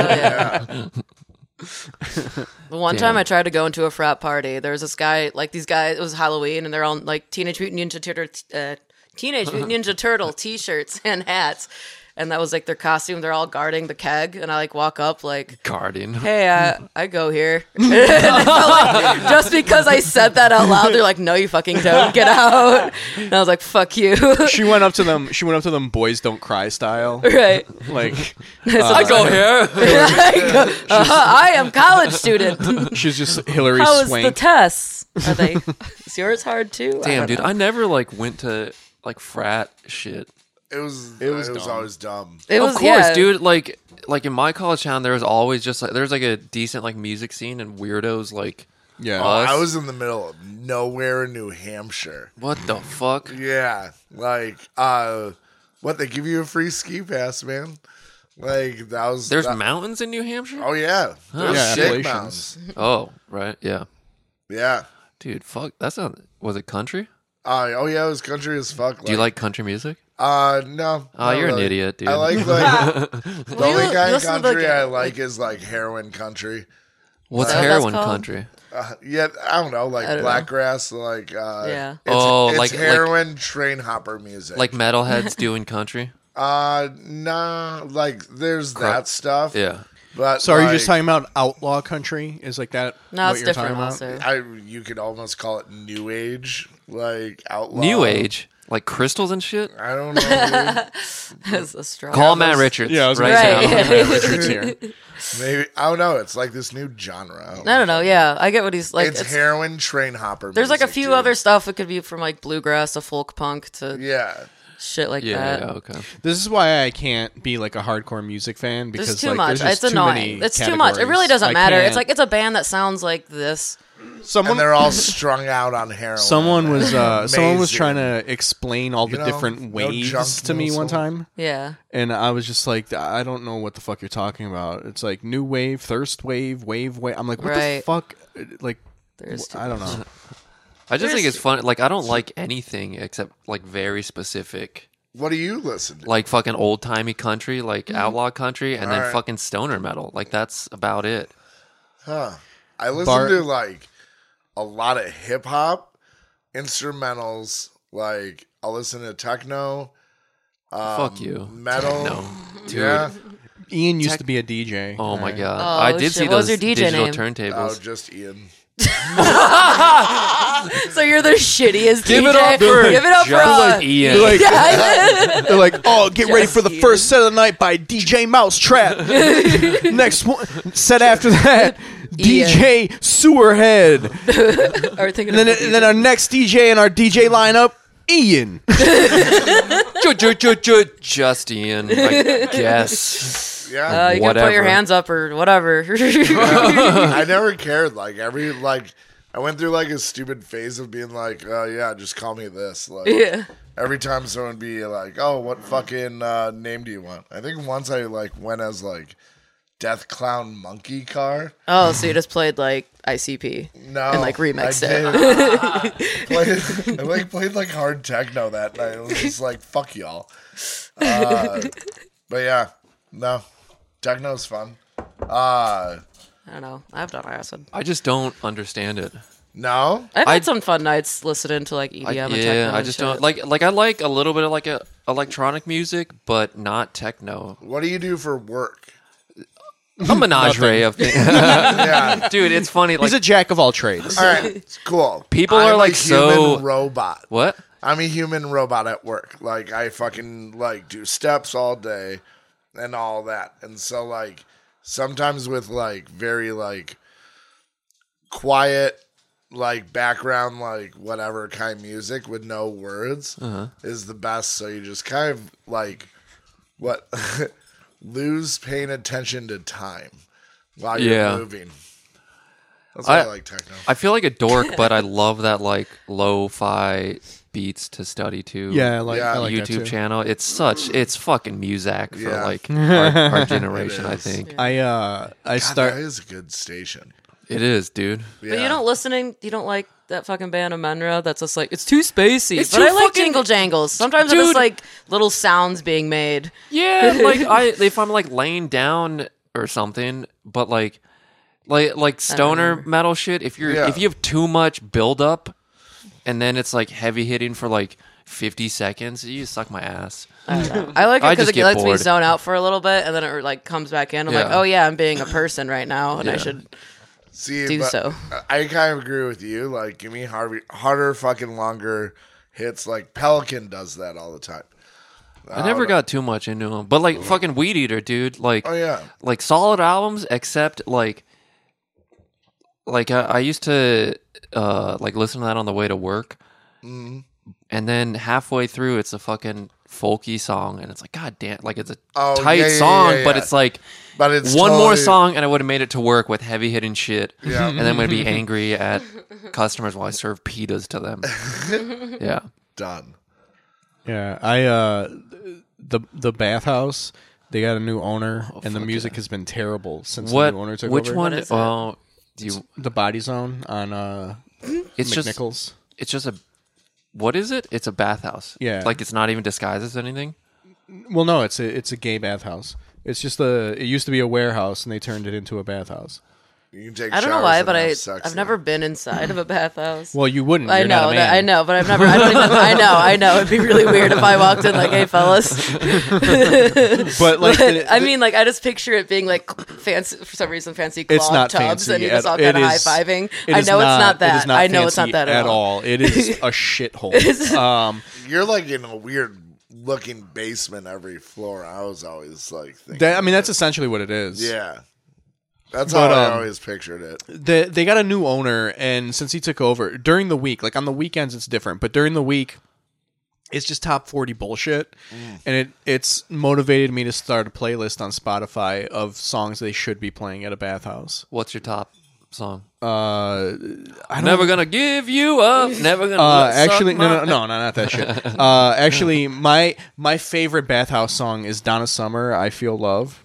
[SPEAKER 4] The one time I tried to go into a frat party, there was this guy, like these guys, it was Halloween, and they're on like Teenage Mutant Ninja Turtle, uh, Teenage Mutant Ninja Turtle t-shirts and hats, and that was like their costume. They're all guarding the keg, and I like walk up like.
[SPEAKER 3] Guardian.
[SPEAKER 4] Hey, I, I go here. And so, like, just because I said that out loud, they're like, "No, you fucking don't. Get out." And I was like, "Fuck you."
[SPEAKER 1] she went up to them. She went up to them. Boys don't cry style.
[SPEAKER 4] right?
[SPEAKER 1] Like
[SPEAKER 3] I go here.
[SPEAKER 4] I, go, "Uh-huh, I am college student.
[SPEAKER 1] she's just Hillary
[SPEAKER 4] How is the
[SPEAKER 1] Swank.
[SPEAKER 4] test? Are they? Is yours hard too? I
[SPEAKER 3] Damn,
[SPEAKER 4] don't
[SPEAKER 3] dude,
[SPEAKER 4] know.
[SPEAKER 3] I never like went to like frat shit.
[SPEAKER 2] It was it was, always dumb.
[SPEAKER 4] It was,
[SPEAKER 3] of course,
[SPEAKER 4] yeah.
[SPEAKER 3] dude. Like, like in my college town, there was always just like there was like a decent like music scene and weirdos like
[SPEAKER 1] yeah.
[SPEAKER 3] us.
[SPEAKER 2] I was in the middle of nowhere in New Hampshire.
[SPEAKER 3] what the fuck?
[SPEAKER 2] Yeah, like uh, what they give you a free ski pass, man. Like that was
[SPEAKER 3] There's
[SPEAKER 2] that-
[SPEAKER 3] mountains in New Hampshire.
[SPEAKER 2] oh yeah, there's
[SPEAKER 1] Yeah,
[SPEAKER 2] shit
[SPEAKER 1] Appalachians.
[SPEAKER 2] mounds.
[SPEAKER 3] Oh, right, yeah,
[SPEAKER 2] Yeah,
[SPEAKER 3] dude. Fuck, that's not. Was it country?
[SPEAKER 2] uh, oh yeah, it was country as fuck. Like,
[SPEAKER 3] Do you like country music?
[SPEAKER 2] Uh, no.
[SPEAKER 3] Oh,
[SPEAKER 2] not
[SPEAKER 3] you're an
[SPEAKER 2] really.
[SPEAKER 3] idiot, dude.
[SPEAKER 2] I like like the
[SPEAKER 4] Well,
[SPEAKER 2] only
[SPEAKER 4] you
[SPEAKER 2] guy in
[SPEAKER 4] listen to the-
[SPEAKER 2] country I like is like heroin country.
[SPEAKER 3] What's
[SPEAKER 4] Is that what that's
[SPEAKER 3] heroin
[SPEAKER 4] called?
[SPEAKER 3] country?
[SPEAKER 2] Uh, yeah, I don't know, like
[SPEAKER 4] I don't
[SPEAKER 2] blackgrass, like uh,
[SPEAKER 4] Yeah.
[SPEAKER 2] it's,
[SPEAKER 3] Oh,
[SPEAKER 2] it's
[SPEAKER 3] like- like-
[SPEAKER 2] heroin train hopper music.
[SPEAKER 3] Like metalheads doing country?
[SPEAKER 2] uh, nah, like there's that stuff.
[SPEAKER 3] Yeah.
[SPEAKER 2] but
[SPEAKER 1] so are you
[SPEAKER 2] like,
[SPEAKER 1] just talking about outlaw country? Is like that?
[SPEAKER 4] No,
[SPEAKER 1] what
[SPEAKER 4] it's
[SPEAKER 1] you're talking
[SPEAKER 4] different.
[SPEAKER 1] about?
[SPEAKER 4] Also,
[SPEAKER 2] I you could almost call it new age, like outlaw.
[SPEAKER 3] New age, like crystals and shit.
[SPEAKER 2] I don't know.
[SPEAKER 4] it's a strong.
[SPEAKER 3] Call Matt Richards.
[SPEAKER 1] Yeah, I was gonna
[SPEAKER 3] right
[SPEAKER 4] right.
[SPEAKER 3] now.
[SPEAKER 1] Richard's here.
[SPEAKER 2] dude. Maybe I don't know. It's like this new genre.
[SPEAKER 4] I don't know. Yeah, I get what he's like.
[SPEAKER 2] it's,
[SPEAKER 4] it's-
[SPEAKER 2] heroin train hopper.
[SPEAKER 4] there's like a
[SPEAKER 2] music,
[SPEAKER 4] few
[SPEAKER 2] dude.
[SPEAKER 4] other stuff. It could be from like bluegrass to folk punk to
[SPEAKER 2] Yeah,
[SPEAKER 4] shit like
[SPEAKER 3] Yeah,
[SPEAKER 4] that.
[SPEAKER 3] yeah, okay.
[SPEAKER 1] This is why I can't be like a hardcore music fan because
[SPEAKER 4] There's too
[SPEAKER 1] like,
[SPEAKER 4] much.
[SPEAKER 1] There's just
[SPEAKER 4] it's
[SPEAKER 1] too
[SPEAKER 4] annoying.
[SPEAKER 1] many
[SPEAKER 4] It's too much. It really
[SPEAKER 1] categories.
[SPEAKER 4] doesn't
[SPEAKER 1] I
[SPEAKER 4] matter. It's
[SPEAKER 1] can't-
[SPEAKER 4] like it's a band that sounds like this.
[SPEAKER 1] someone
[SPEAKER 2] and they're all strung out on heroin.
[SPEAKER 1] Someone was uh, someone was
[SPEAKER 2] Amazing.
[SPEAKER 1] trying to explain all the
[SPEAKER 2] You know, no
[SPEAKER 1] different waves
[SPEAKER 2] junk,
[SPEAKER 1] to me
[SPEAKER 2] no
[SPEAKER 1] one
[SPEAKER 2] soul.
[SPEAKER 1] time,
[SPEAKER 4] Yeah.
[SPEAKER 1] and I was just like, I don't know what the fuck you're talking about. It's like new wave, thirst wave, wave wave. I'm like, what the
[SPEAKER 4] Right.
[SPEAKER 1] fuck? Like,
[SPEAKER 4] There's
[SPEAKER 1] I don't know.
[SPEAKER 3] I just think it's fun. Like I don't like anything except like very specific,
[SPEAKER 2] What do you listen to?
[SPEAKER 3] like fucking old timey country, like outlaw country, and then
[SPEAKER 2] Alright.
[SPEAKER 3] fucking stoner metal. Like that's about it.
[SPEAKER 2] Huh. I listen
[SPEAKER 1] Bar-
[SPEAKER 2] to like a lot of hip hop instrumentals. Like I listen to techno,
[SPEAKER 3] Fuck you,
[SPEAKER 2] metal.
[SPEAKER 3] no, dude.
[SPEAKER 2] Yeah.
[SPEAKER 1] Ian used to be a DJ.
[SPEAKER 3] Oh my god,
[SPEAKER 4] Oh,
[SPEAKER 3] I did
[SPEAKER 4] shit.
[SPEAKER 3] see
[SPEAKER 4] What was
[SPEAKER 3] those
[SPEAKER 4] your DJ
[SPEAKER 3] digital
[SPEAKER 4] name?
[SPEAKER 2] Oh,
[SPEAKER 3] turntables.
[SPEAKER 2] just Ian.
[SPEAKER 4] So you're the shittiest.
[SPEAKER 3] Give it
[SPEAKER 4] DJ.
[SPEAKER 3] up for
[SPEAKER 4] Give it up for
[SPEAKER 3] Just
[SPEAKER 4] uh,
[SPEAKER 3] like Ian.
[SPEAKER 1] Like-
[SPEAKER 4] Yeah, I did.
[SPEAKER 1] They're like, oh, get ready for the
[SPEAKER 4] Ian.
[SPEAKER 1] first set of the night by DJ Mousetrap. Next one, set after that, DJ Sewerhead.
[SPEAKER 4] Or thinking
[SPEAKER 1] And then,
[SPEAKER 4] of
[SPEAKER 1] and then our next DJ in our DJ lineup, Ian.
[SPEAKER 3] Ju- ju- ju- ju- Just Ian, I guess.
[SPEAKER 2] Yeah,
[SPEAKER 1] Oh,
[SPEAKER 4] uh, you can put your
[SPEAKER 3] whatever.
[SPEAKER 4] hands up or whatever.
[SPEAKER 2] I never cared. Like every like, I went through like a stupid phase of being like, oh yeah, just call me this. Like
[SPEAKER 4] yeah.
[SPEAKER 2] every time someone be like, oh, what fucking uh, name do you want? I think once I like went as like Death Clown Monkey car.
[SPEAKER 4] Oh, so you just played like ICP
[SPEAKER 2] No,
[SPEAKER 4] and like remixed
[SPEAKER 2] I
[SPEAKER 4] it.
[SPEAKER 2] did. played, I like played like hard techno that night. I was just like, fuck y'all. Uh, but yeah, no, techno's fun. Uh,
[SPEAKER 4] I don't know. I've done acid.
[SPEAKER 3] I just don't understand it.
[SPEAKER 2] no,
[SPEAKER 4] I've
[SPEAKER 3] I-
[SPEAKER 4] had some fun nights listening to like EDM
[SPEAKER 3] I,
[SPEAKER 4] and
[SPEAKER 3] yeah,
[SPEAKER 4] techno
[SPEAKER 3] I
[SPEAKER 4] and
[SPEAKER 3] just
[SPEAKER 4] shit.
[SPEAKER 3] don't like like I like a little bit of like a electronic music, but not techno.
[SPEAKER 2] what do you do for work?
[SPEAKER 3] A menagerie of things.
[SPEAKER 2] Yeah,
[SPEAKER 3] Dude, it's funny. Like
[SPEAKER 1] He's a jack of all trades.
[SPEAKER 2] all right, it's cool.
[SPEAKER 3] People
[SPEAKER 2] I'm
[SPEAKER 3] are,
[SPEAKER 2] a
[SPEAKER 3] like, so-
[SPEAKER 2] human robot.
[SPEAKER 3] what?
[SPEAKER 2] I'm a human robot at work. Like I fucking like do steps all day and all that. And so like sometimes with like very like quiet like background like whatever kind of music with no words
[SPEAKER 3] Uh-huh.
[SPEAKER 2] is the best so you just kind of like what lose paying attention to time while you're
[SPEAKER 3] Yeah.
[SPEAKER 2] moving. That's why I,
[SPEAKER 3] I-
[SPEAKER 2] like techno.
[SPEAKER 3] I feel like a dork, but I love that like lo-fi beats to study to.
[SPEAKER 1] Yeah, I like,
[SPEAKER 2] Yeah.
[SPEAKER 1] I like that,
[SPEAKER 3] YouTube
[SPEAKER 1] too.
[SPEAKER 3] channel. It's such it's fucking Muzak for
[SPEAKER 2] Yeah.
[SPEAKER 3] like our, our generation.
[SPEAKER 2] It
[SPEAKER 3] I
[SPEAKER 2] is.
[SPEAKER 3] think
[SPEAKER 1] I uh I
[SPEAKER 2] God,
[SPEAKER 1] start
[SPEAKER 2] that is a good station.
[SPEAKER 3] it is, dude.
[SPEAKER 4] But
[SPEAKER 2] Yeah.
[SPEAKER 4] you don't listening. You don't like that fucking band of Menra. That's just like it's too spacey.
[SPEAKER 3] It's
[SPEAKER 4] but
[SPEAKER 3] too
[SPEAKER 4] I like
[SPEAKER 3] fucking-
[SPEAKER 4] jingle jangles. Sometimes I just
[SPEAKER 3] Dude.
[SPEAKER 4] like little sounds being made.
[SPEAKER 3] Yeah, like I if I'm like laying down or something, but like like like stoner metal shit, if you're
[SPEAKER 2] Yeah.
[SPEAKER 3] if you have too much build up and then it's like heavy hitting for like 50 seconds, you suck my ass.
[SPEAKER 4] I like it
[SPEAKER 3] I
[SPEAKER 4] because
[SPEAKER 3] just
[SPEAKER 4] it
[SPEAKER 3] get
[SPEAKER 4] lets me
[SPEAKER 3] bored.
[SPEAKER 4] zone out for a little bit, and then it like comes back in. I'm like,
[SPEAKER 3] Yeah.
[SPEAKER 4] oh yeah, I'm being a person right now, and I
[SPEAKER 3] Yeah.
[SPEAKER 4] should.
[SPEAKER 2] See,
[SPEAKER 4] do
[SPEAKER 2] but
[SPEAKER 4] so.
[SPEAKER 2] I kind of agree with you. Like, give me harder, harder, fucking longer hits. Like Pelican does that all the time.
[SPEAKER 3] I never got too much into them. But like fucking Weed Eater, dude, like
[SPEAKER 2] Oh yeah,
[SPEAKER 3] like solid albums except like like I, I used to uh like listen to that on the way to work
[SPEAKER 2] Mm-hmm.
[SPEAKER 3] and then halfway through it's a fucking folky song and it's like god damn like it's a
[SPEAKER 2] Oh,
[SPEAKER 3] tight
[SPEAKER 2] yeah, yeah,
[SPEAKER 3] song
[SPEAKER 2] yeah,
[SPEAKER 3] but
[SPEAKER 2] yeah.
[SPEAKER 3] it's like
[SPEAKER 2] but it's
[SPEAKER 3] one more
[SPEAKER 2] totally-
[SPEAKER 3] song and I would have made it to work with heavy hitting shit
[SPEAKER 2] Yeah.
[SPEAKER 3] and then I'm gonna be angry at customers while I serve pitas to them yeah
[SPEAKER 2] done.
[SPEAKER 1] Yeah, I uh the the bathhouse they got a new owner and the music has been terrible since
[SPEAKER 3] what
[SPEAKER 1] the new owner took
[SPEAKER 3] which
[SPEAKER 1] over.
[SPEAKER 3] one
[SPEAKER 4] Oh, What is it?
[SPEAKER 3] oh do you
[SPEAKER 1] The Body Zone on uh
[SPEAKER 3] it's just
[SPEAKER 1] McNichols.
[SPEAKER 3] it's just a what is it? It's a bathhouse.
[SPEAKER 1] Yeah.
[SPEAKER 3] Like it's not even disguised as anything.
[SPEAKER 1] Well, no, it's a it's a gay bathhouse. It's just a it used to be a warehouse and they turned it into a bathhouse.
[SPEAKER 2] You can take.
[SPEAKER 4] I don't know
[SPEAKER 2] showers
[SPEAKER 4] why,
[SPEAKER 2] and
[SPEAKER 4] but
[SPEAKER 2] have
[SPEAKER 4] I
[SPEAKER 2] sex
[SPEAKER 4] I've
[SPEAKER 2] in
[SPEAKER 4] never
[SPEAKER 2] it.
[SPEAKER 4] been inside of a bathhouse.
[SPEAKER 1] Well, you wouldn't.
[SPEAKER 4] I
[SPEAKER 1] You're not
[SPEAKER 4] know
[SPEAKER 1] a
[SPEAKER 4] that I
[SPEAKER 1] man.
[SPEAKER 4] know, but I've never. I don't even. I know. I know. It'd be really weird if I walked in like, "Hey, fellas."
[SPEAKER 1] But like, the-
[SPEAKER 4] I mean, like, I just picture it being like fancy for some reason, fancy claw
[SPEAKER 1] it's not
[SPEAKER 4] tubs,
[SPEAKER 1] fancy
[SPEAKER 4] and you
[SPEAKER 1] at
[SPEAKER 4] just all
[SPEAKER 1] all. It
[SPEAKER 4] kind of high
[SPEAKER 1] is-
[SPEAKER 4] fiving.
[SPEAKER 1] it
[SPEAKER 4] I
[SPEAKER 1] is
[SPEAKER 4] know it's not
[SPEAKER 1] it is
[SPEAKER 4] that. I know it's not
[SPEAKER 1] fancy
[SPEAKER 4] that at, all.
[SPEAKER 1] It is a shithole. um,
[SPEAKER 2] You're like in a weird looking basement every floor. I was always like, thinking,
[SPEAKER 1] that, I mean, that's essentially what it is.
[SPEAKER 2] yeah, that's
[SPEAKER 1] But,
[SPEAKER 2] how I
[SPEAKER 1] um,
[SPEAKER 2] always pictured it.
[SPEAKER 1] the, they got a new owner, and since he took over during the week, like on the weekends, it's different, but during the week, it's just top forty bullshit, and it it's motivated me to start a playlist on Spotify of songs they should be playing at a bathhouse.
[SPEAKER 3] What's your top song?
[SPEAKER 1] Uh, I don't
[SPEAKER 3] never gonna give you up. Never gonna.
[SPEAKER 1] Uh,
[SPEAKER 3] let
[SPEAKER 1] actually,
[SPEAKER 3] suck
[SPEAKER 1] no, no,
[SPEAKER 3] my-
[SPEAKER 1] no, no, not that shit. Uh, actually, my my favorite bathhouse song is Donna Summer. I feel love.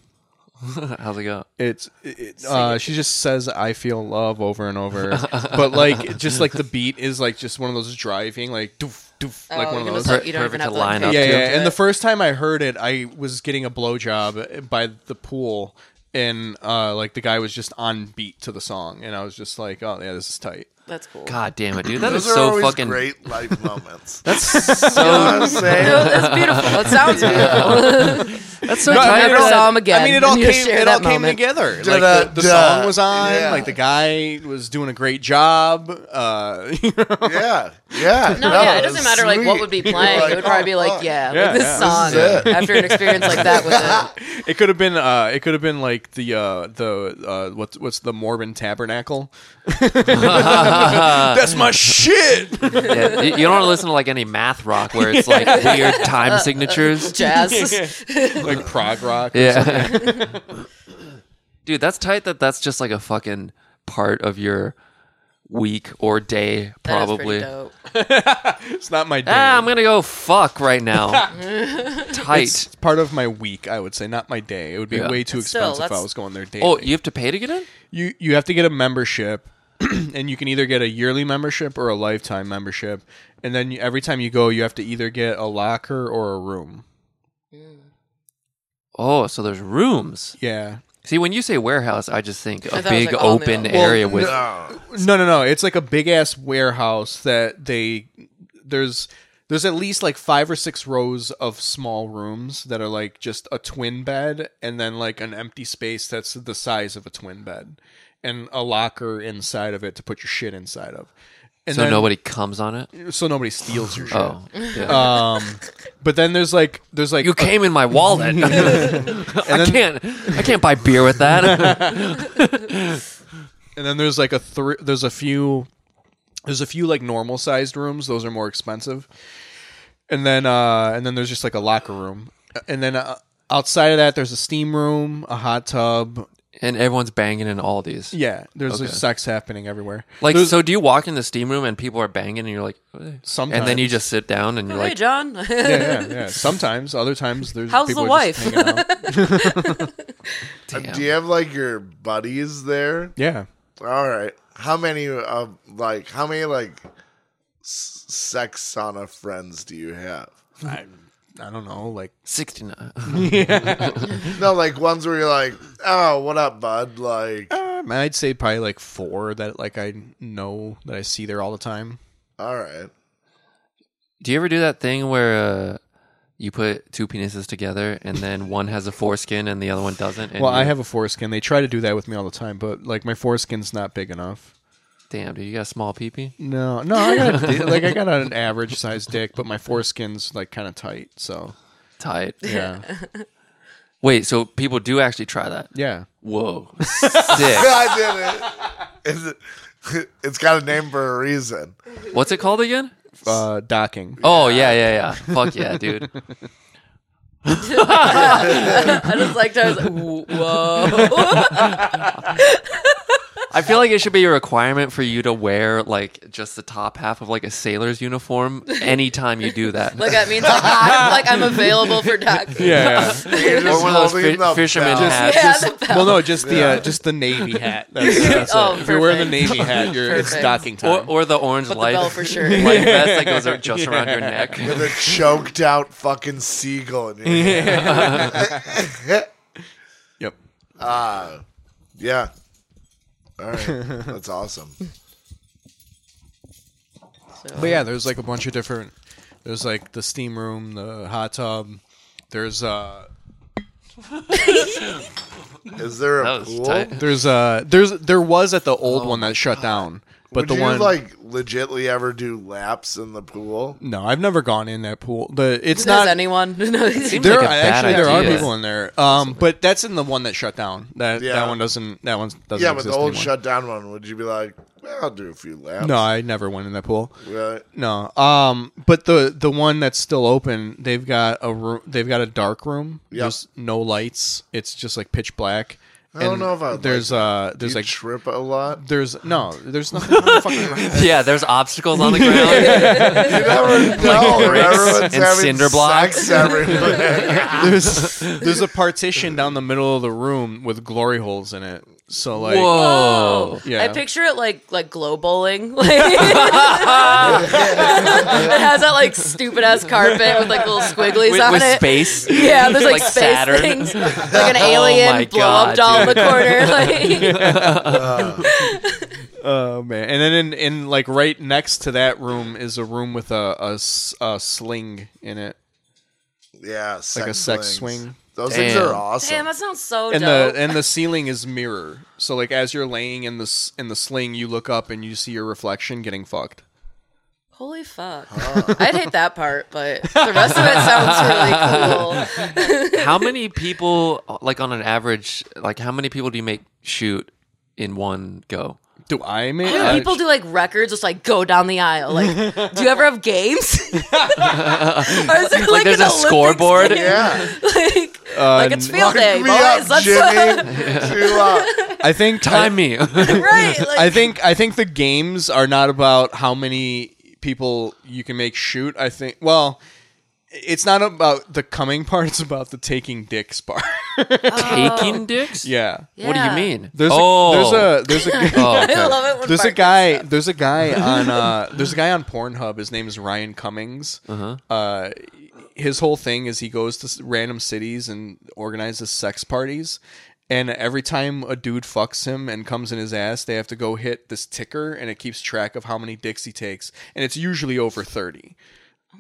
[SPEAKER 3] How's it go?
[SPEAKER 1] It's it, uh, she just says I feel love over and over, but like just like the beat is like just one of those driving like doof doof like
[SPEAKER 4] Oh,
[SPEAKER 1] one of
[SPEAKER 4] you're
[SPEAKER 1] those.
[SPEAKER 4] just like,
[SPEAKER 3] Per-
[SPEAKER 4] you don't even
[SPEAKER 3] perfect
[SPEAKER 4] have
[SPEAKER 3] to
[SPEAKER 4] to like,
[SPEAKER 3] line up
[SPEAKER 1] yeah,
[SPEAKER 3] to.
[SPEAKER 1] yeah. And the first time I heard it, I was getting a blowjob by the pool, and uh, like the guy was just on beat to the song, and I was just like, oh yeah, this is tight.
[SPEAKER 4] That's cool.
[SPEAKER 3] God damn it, dude! That is
[SPEAKER 2] Those are
[SPEAKER 3] so
[SPEAKER 2] always
[SPEAKER 3] fucking.
[SPEAKER 2] great life moments.
[SPEAKER 3] That's so.
[SPEAKER 2] I'm saying.
[SPEAKER 4] No, that's beautiful. It sounds beautiful.
[SPEAKER 3] that's so
[SPEAKER 1] No,
[SPEAKER 4] I
[SPEAKER 3] tight.
[SPEAKER 4] never
[SPEAKER 1] all-
[SPEAKER 4] saw him again,
[SPEAKER 1] I mean, it
[SPEAKER 4] and
[SPEAKER 1] all
[SPEAKER 4] you'll
[SPEAKER 1] came,
[SPEAKER 4] share
[SPEAKER 1] it
[SPEAKER 4] that
[SPEAKER 1] all came
[SPEAKER 4] moment.
[SPEAKER 1] together.
[SPEAKER 2] Da,
[SPEAKER 1] Like
[SPEAKER 2] da,
[SPEAKER 1] the, the
[SPEAKER 2] da.
[SPEAKER 1] song was on.
[SPEAKER 2] Yeah.
[SPEAKER 1] Like the guy was doing a great job. Uh, you know?
[SPEAKER 2] Yeah, yeah.
[SPEAKER 4] No, yeah, it doesn't matter like what would be playing. it would probably be like, yeah,
[SPEAKER 1] Yeah,
[SPEAKER 4] like this
[SPEAKER 1] yeah.
[SPEAKER 4] song.
[SPEAKER 2] This is it.
[SPEAKER 4] After an experience like that with it.
[SPEAKER 1] it could have been. Uh, it could have been like the uh, the uh, what's what's the Mormon Tabernacle. That's my shit.
[SPEAKER 3] Yeah, you, you don't want to listen to like any math rock where it's like weird time signatures.
[SPEAKER 4] Jazz.
[SPEAKER 1] like prog rock.
[SPEAKER 3] Yeah. Dude, that's tight. That that's just like a fucking part of your week or day,
[SPEAKER 4] That is
[SPEAKER 3] probably.
[SPEAKER 4] pretty dope.
[SPEAKER 1] It's not my day.
[SPEAKER 3] Ah, I'm gonna go fuck right now. Tight.
[SPEAKER 1] it's part of my week, I would say, not my day. It would be
[SPEAKER 3] Yeah.
[SPEAKER 1] way too
[SPEAKER 4] But still,
[SPEAKER 1] expensive if I
[SPEAKER 4] that's-
[SPEAKER 1] was going there daily.
[SPEAKER 3] oh, you have to pay to get in?
[SPEAKER 1] you you have to get a membership and you can either get a yearly membership or a lifetime membership and then you, every time you go you have to either get a locker or a room
[SPEAKER 3] Oh, so there's rooms.
[SPEAKER 1] yeah
[SPEAKER 3] See, when you say warehouse, I just think
[SPEAKER 4] I
[SPEAKER 3] a
[SPEAKER 4] thought it was
[SPEAKER 3] big
[SPEAKER 4] like all
[SPEAKER 3] open
[SPEAKER 4] male.
[SPEAKER 3] area with.
[SPEAKER 2] No.
[SPEAKER 1] no no no it's like a big ass warehouse that they there's there's at least like five or six rows of small rooms that are like just a twin bed and then like an empty space that's the size of a twin bed and a locker inside of it to put your shit inside of and
[SPEAKER 3] so
[SPEAKER 1] then-
[SPEAKER 3] nobody comes on it.
[SPEAKER 1] so nobody steals your shit
[SPEAKER 3] Oh, yeah.
[SPEAKER 1] Um, but then there's like there's like
[SPEAKER 3] you came in my wallet. I can't. I can't buy beer with that.
[SPEAKER 1] and then there's like a thr there's a few there's a few like normal sized rooms. Those are more expensive. And then uh and then there's just like a locker room. And then uh, outside of that there's a steam room, a hot tub.
[SPEAKER 3] and everyone's banging in all these.
[SPEAKER 1] Yeah, there's like, sex happening everywhere.
[SPEAKER 3] Like,
[SPEAKER 1] There's-
[SPEAKER 3] so do you walk in the steam room and people are banging, and you're like, eh.
[SPEAKER 1] Sometimes.
[SPEAKER 3] and then you just sit down and you're
[SPEAKER 4] hey,
[SPEAKER 3] like,
[SPEAKER 4] John.
[SPEAKER 1] yeah, yeah, yeah. Sometimes, other times there's
[SPEAKER 4] How's
[SPEAKER 1] people
[SPEAKER 4] the
[SPEAKER 1] are just hanging
[SPEAKER 4] wife?
[SPEAKER 1] out.
[SPEAKER 3] Damn.
[SPEAKER 2] Do you have like your buddies there?
[SPEAKER 1] Yeah.
[SPEAKER 2] All right. How many of like how many like s- sex sauna friends do you have?
[SPEAKER 1] I, I don't know, like
[SPEAKER 3] 69.
[SPEAKER 2] No, like ones where you're like, oh, what up, bud? Like,
[SPEAKER 1] um, I'd say probably like 4 that like I know that I see there all the time.
[SPEAKER 2] all right.
[SPEAKER 3] Do you ever do that thing where uh, you put two penises together and then one has a foreskin and the other one doesn't? And
[SPEAKER 1] Well, I
[SPEAKER 3] you-
[SPEAKER 1] have a foreskin. They try to do that with me all the time, but like my foreskin's not big enough.
[SPEAKER 3] Damn, dude, you got a small peepee?
[SPEAKER 1] No, no, I got a di- like I got an average sized dick, but my foreskin's like kind of tight. So
[SPEAKER 3] Tight.
[SPEAKER 1] yeah,
[SPEAKER 3] Wait, so people do actually try that?
[SPEAKER 1] yeah.
[SPEAKER 3] Whoa. Sick.
[SPEAKER 2] I did it. It's, it's got a name for a reason.
[SPEAKER 3] What's it called again?
[SPEAKER 1] Uh, docking.
[SPEAKER 3] Oh, yeah, yeah, yeah. Fuck yeah, dude.
[SPEAKER 4] I just liked how I was like, whoa.
[SPEAKER 3] I feel like it should be a requirement for you to wear like just the top half of like a sailor's uniform anytime you do that.
[SPEAKER 4] like, that means like, I'm, like I'm available for doc.
[SPEAKER 1] Yeah.
[SPEAKER 2] You're just
[SPEAKER 3] or one of those
[SPEAKER 2] holding
[SPEAKER 3] fi-
[SPEAKER 2] the
[SPEAKER 3] fisherman
[SPEAKER 2] bell.
[SPEAKER 3] hats.
[SPEAKER 4] Yeah, the bell.
[SPEAKER 1] well, no, just the uh, just the navy hat. That's, that's
[SPEAKER 4] Oh,
[SPEAKER 1] it. If you're wearing the
[SPEAKER 4] perfect.
[SPEAKER 1] navy hat, you're it's
[SPEAKER 4] Perfect.
[SPEAKER 1] docking
[SPEAKER 3] Or,
[SPEAKER 1] time.
[SPEAKER 3] or the orange
[SPEAKER 4] the
[SPEAKER 3] life,
[SPEAKER 4] bell for sure.
[SPEAKER 3] life vest that goes ar- just around your neck.
[SPEAKER 2] With a choked out fucking seagull in your hand.
[SPEAKER 1] yep.
[SPEAKER 2] Yeah. All right. That's awesome.
[SPEAKER 1] But yeah, there's like a bunch of different. There's like the steam room, the hot tub. There's uh
[SPEAKER 2] Is there
[SPEAKER 3] That
[SPEAKER 2] a
[SPEAKER 3] was
[SPEAKER 2] pool?
[SPEAKER 3] tight.
[SPEAKER 1] there's uh there's there was at the old one that shut down, but
[SPEAKER 2] Would
[SPEAKER 1] the
[SPEAKER 2] you
[SPEAKER 1] one
[SPEAKER 2] like legitly ever do laps in the pool?
[SPEAKER 1] no, I've never gone in that pool. The it's
[SPEAKER 4] Does
[SPEAKER 1] not
[SPEAKER 4] anyone? No,
[SPEAKER 3] Seems
[SPEAKER 1] There
[SPEAKER 3] like a
[SPEAKER 1] are,
[SPEAKER 3] bad
[SPEAKER 1] actually there
[SPEAKER 3] idea.
[SPEAKER 1] are people in there, um, but that's in the one that shut down. That
[SPEAKER 2] Yeah.
[SPEAKER 1] that one doesn't. That one doesn't.
[SPEAKER 2] Yeah, but
[SPEAKER 1] exist
[SPEAKER 2] the old
[SPEAKER 1] anymore.
[SPEAKER 2] shutdown one. Would you be like, well, I'll do a few laps?
[SPEAKER 1] No, I never went in that pool.
[SPEAKER 2] Right.
[SPEAKER 1] No, um, but the the one that's still open, they've got a room. They've got a dark room.
[SPEAKER 2] Yeah.
[SPEAKER 1] There's no lights. It's just like pitch black. I
[SPEAKER 2] don't know if I'd like
[SPEAKER 1] there's uh there's
[SPEAKER 2] you
[SPEAKER 1] like
[SPEAKER 2] trip a lot.
[SPEAKER 1] there's no there's nothing. fucking-
[SPEAKER 3] Yeah, there's obstacles on the ground.
[SPEAKER 2] You never know.
[SPEAKER 3] bricks
[SPEAKER 2] Everyone's
[SPEAKER 3] and
[SPEAKER 2] having
[SPEAKER 3] cinder blocks.
[SPEAKER 2] sex everywhere.
[SPEAKER 1] there's there's a partition down the middle of the room with glory holes in it. So like
[SPEAKER 3] Whoa.
[SPEAKER 1] Yeah.
[SPEAKER 4] Oh, I picture it like like glow bowling. Like it has that like stupid ass carpet with like little squigglies
[SPEAKER 3] With,
[SPEAKER 4] on
[SPEAKER 3] with
[SPEAKER 4] it.
[SPEAKER 3] space.
[SPEAKER 4] Yeah, there's like,
[SPEAKER 3] Like
[SPEAKER 4] space
[SPEAKER 3] Saturn.
[SPEAKER 4] things, like an
[SPEAKER 3] Oh
[SPEAKER 4] alien
[SPEAKER 3] my
[SPEAKER 4] blow
[SPEAKER 3] God,
[SPEAKER 4] up doll in the corner. Like,
[SPEAKER 1] Oh man! And then in, in like right next to that room is a room with a, a s- a sling in it,
[SPEAKER 2] Yeah, sex
[SPEAKER 1] like a sex
[SPEAKER 2] swings.
[SPEAKER 1] swing.
[SPEAKER 2] Those things are
[SPEAKER 3] Damn.
[SPEAKER 2] awesome.
[SPEAKER 4] damn, that sounds so
[SPEAKER 1] And
[SPEAKER 4] dope.
[SPEAKER 1] the and the ceiling is mirror. So like as you're laying in the s- in the sling, you look up and you see your reflection getting fucked.
[SPEAKER 4] Holy fuck! I'd hate that part, but the rest of it sounds really cool.
[SPEAKER 3] How many people, like on an average, like how many people do you make shoot in one go?
[SPEAKER 1] Do I make
[SPEAKER 4] Dude, people do like records, just like go down the aisle. Like, do you ever have games? Or is there, like,
[SPEAKER 3] Like, there's
[SPEAKER 4] an
[SPEAKER 3] a
[SPEAKER 4] Olympics
[SPEAKER 3] scoreboard? Uh,
[SPEAKER 4] game?
[SPEAKER 2] yeah.
[SPEAKER 4] like, like it's field
[SPEAKER 2] Lock
[SPEAKER 4] day,
[SPEAKER 2] me
[SPEAKER 4] boys.
[SPEAKER 2] up,
[SPEAKER 4] Let's
[SPEAKER 2] Jimmy. to, uh,
[SPEAKER 1] I think
[SPEAKER 3] Time me.
[SPEAKER 4] right. Like,
[SPEAKER 1] I think I think the games are not about how many people you can make shoot. I think well, it's not about the coming part. It's about the taking dicks part.
[SPEAKER 3] Taking dicks?
[SPEAKER 1] yeah.
[SPEAKER 3] What do you
[SPEAKER 4] Oh. Yeah.
[SPEAKER 3] mean?
[SPEAKER 1] There's
[SPEAKER 3] oh.
[SPEAKER 1] a, there's a there's a
[SPEAKER 3] Oh, okay.
[SPEAKER 4] I love it when
[SPEAKER 1] there's a
[SPEAKER 4] Bart-
[SPEAKER 1] guy there's a guy on uh there's a guy on Pornhub. His name is Ryan Cummings. Uh-huh. his whole thing is he goes to s- random cities and organizes sex parties. And every time a dude fucks him and comes in his ass, they have to go hit this ticker, and it keeps track of how many dicks he takes, and it's usually over thirty.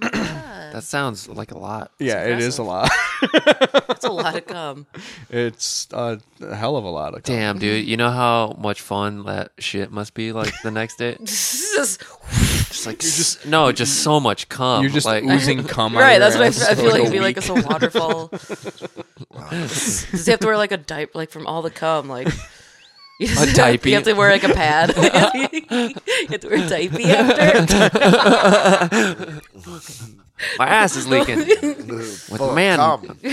[SPEAKER 3] That sounds like a lot.
[SPEAKER 1] yeah, it is a lot.
[SPEAKER 4] That's a lot of cum.
[SPEAKER 1] it's uh, a hell of a lot of.
[SPEAKER 3] Damn, dude. You know how much fun that shit must be like the next day?
[SPEAKER 4] This is-
[SPEAKER 3] Just like s- no, just so much cum.
[SPEAKER 1] You're just
[SPEAKER 3] like
[SPEAKER 1] oozing cum. out
[SPEAKER 4] right.
[SPEAKER 1] of
[SPEAKER 4] That's
[SPEAKER 1] your
[SPEAKER 4] what I,
[SPEAKER 1] ass
[SPEAKER 4] I
[SPEAKER 1] for
[SPEAKER 4] feel
[SPEAKER 1] a
[SPEAKER 4] like. It'd be like
[SPEAKER 1] week.
[SPEAKER 4] it's a waterfall. Does he have to wear like a diaper, like from all the cum, like? You just have-
[SPEAKER 3] diaper?
[SPEAKER 4] You have to wear like a pad. you have to wear a diaper after.
[SPEAKER 3] my ass is leaking. With
[SPEAKER 2] Full of
[SPEAKER 3] man,
[SPEAKER 2] cum.
[SPEAKER 4] I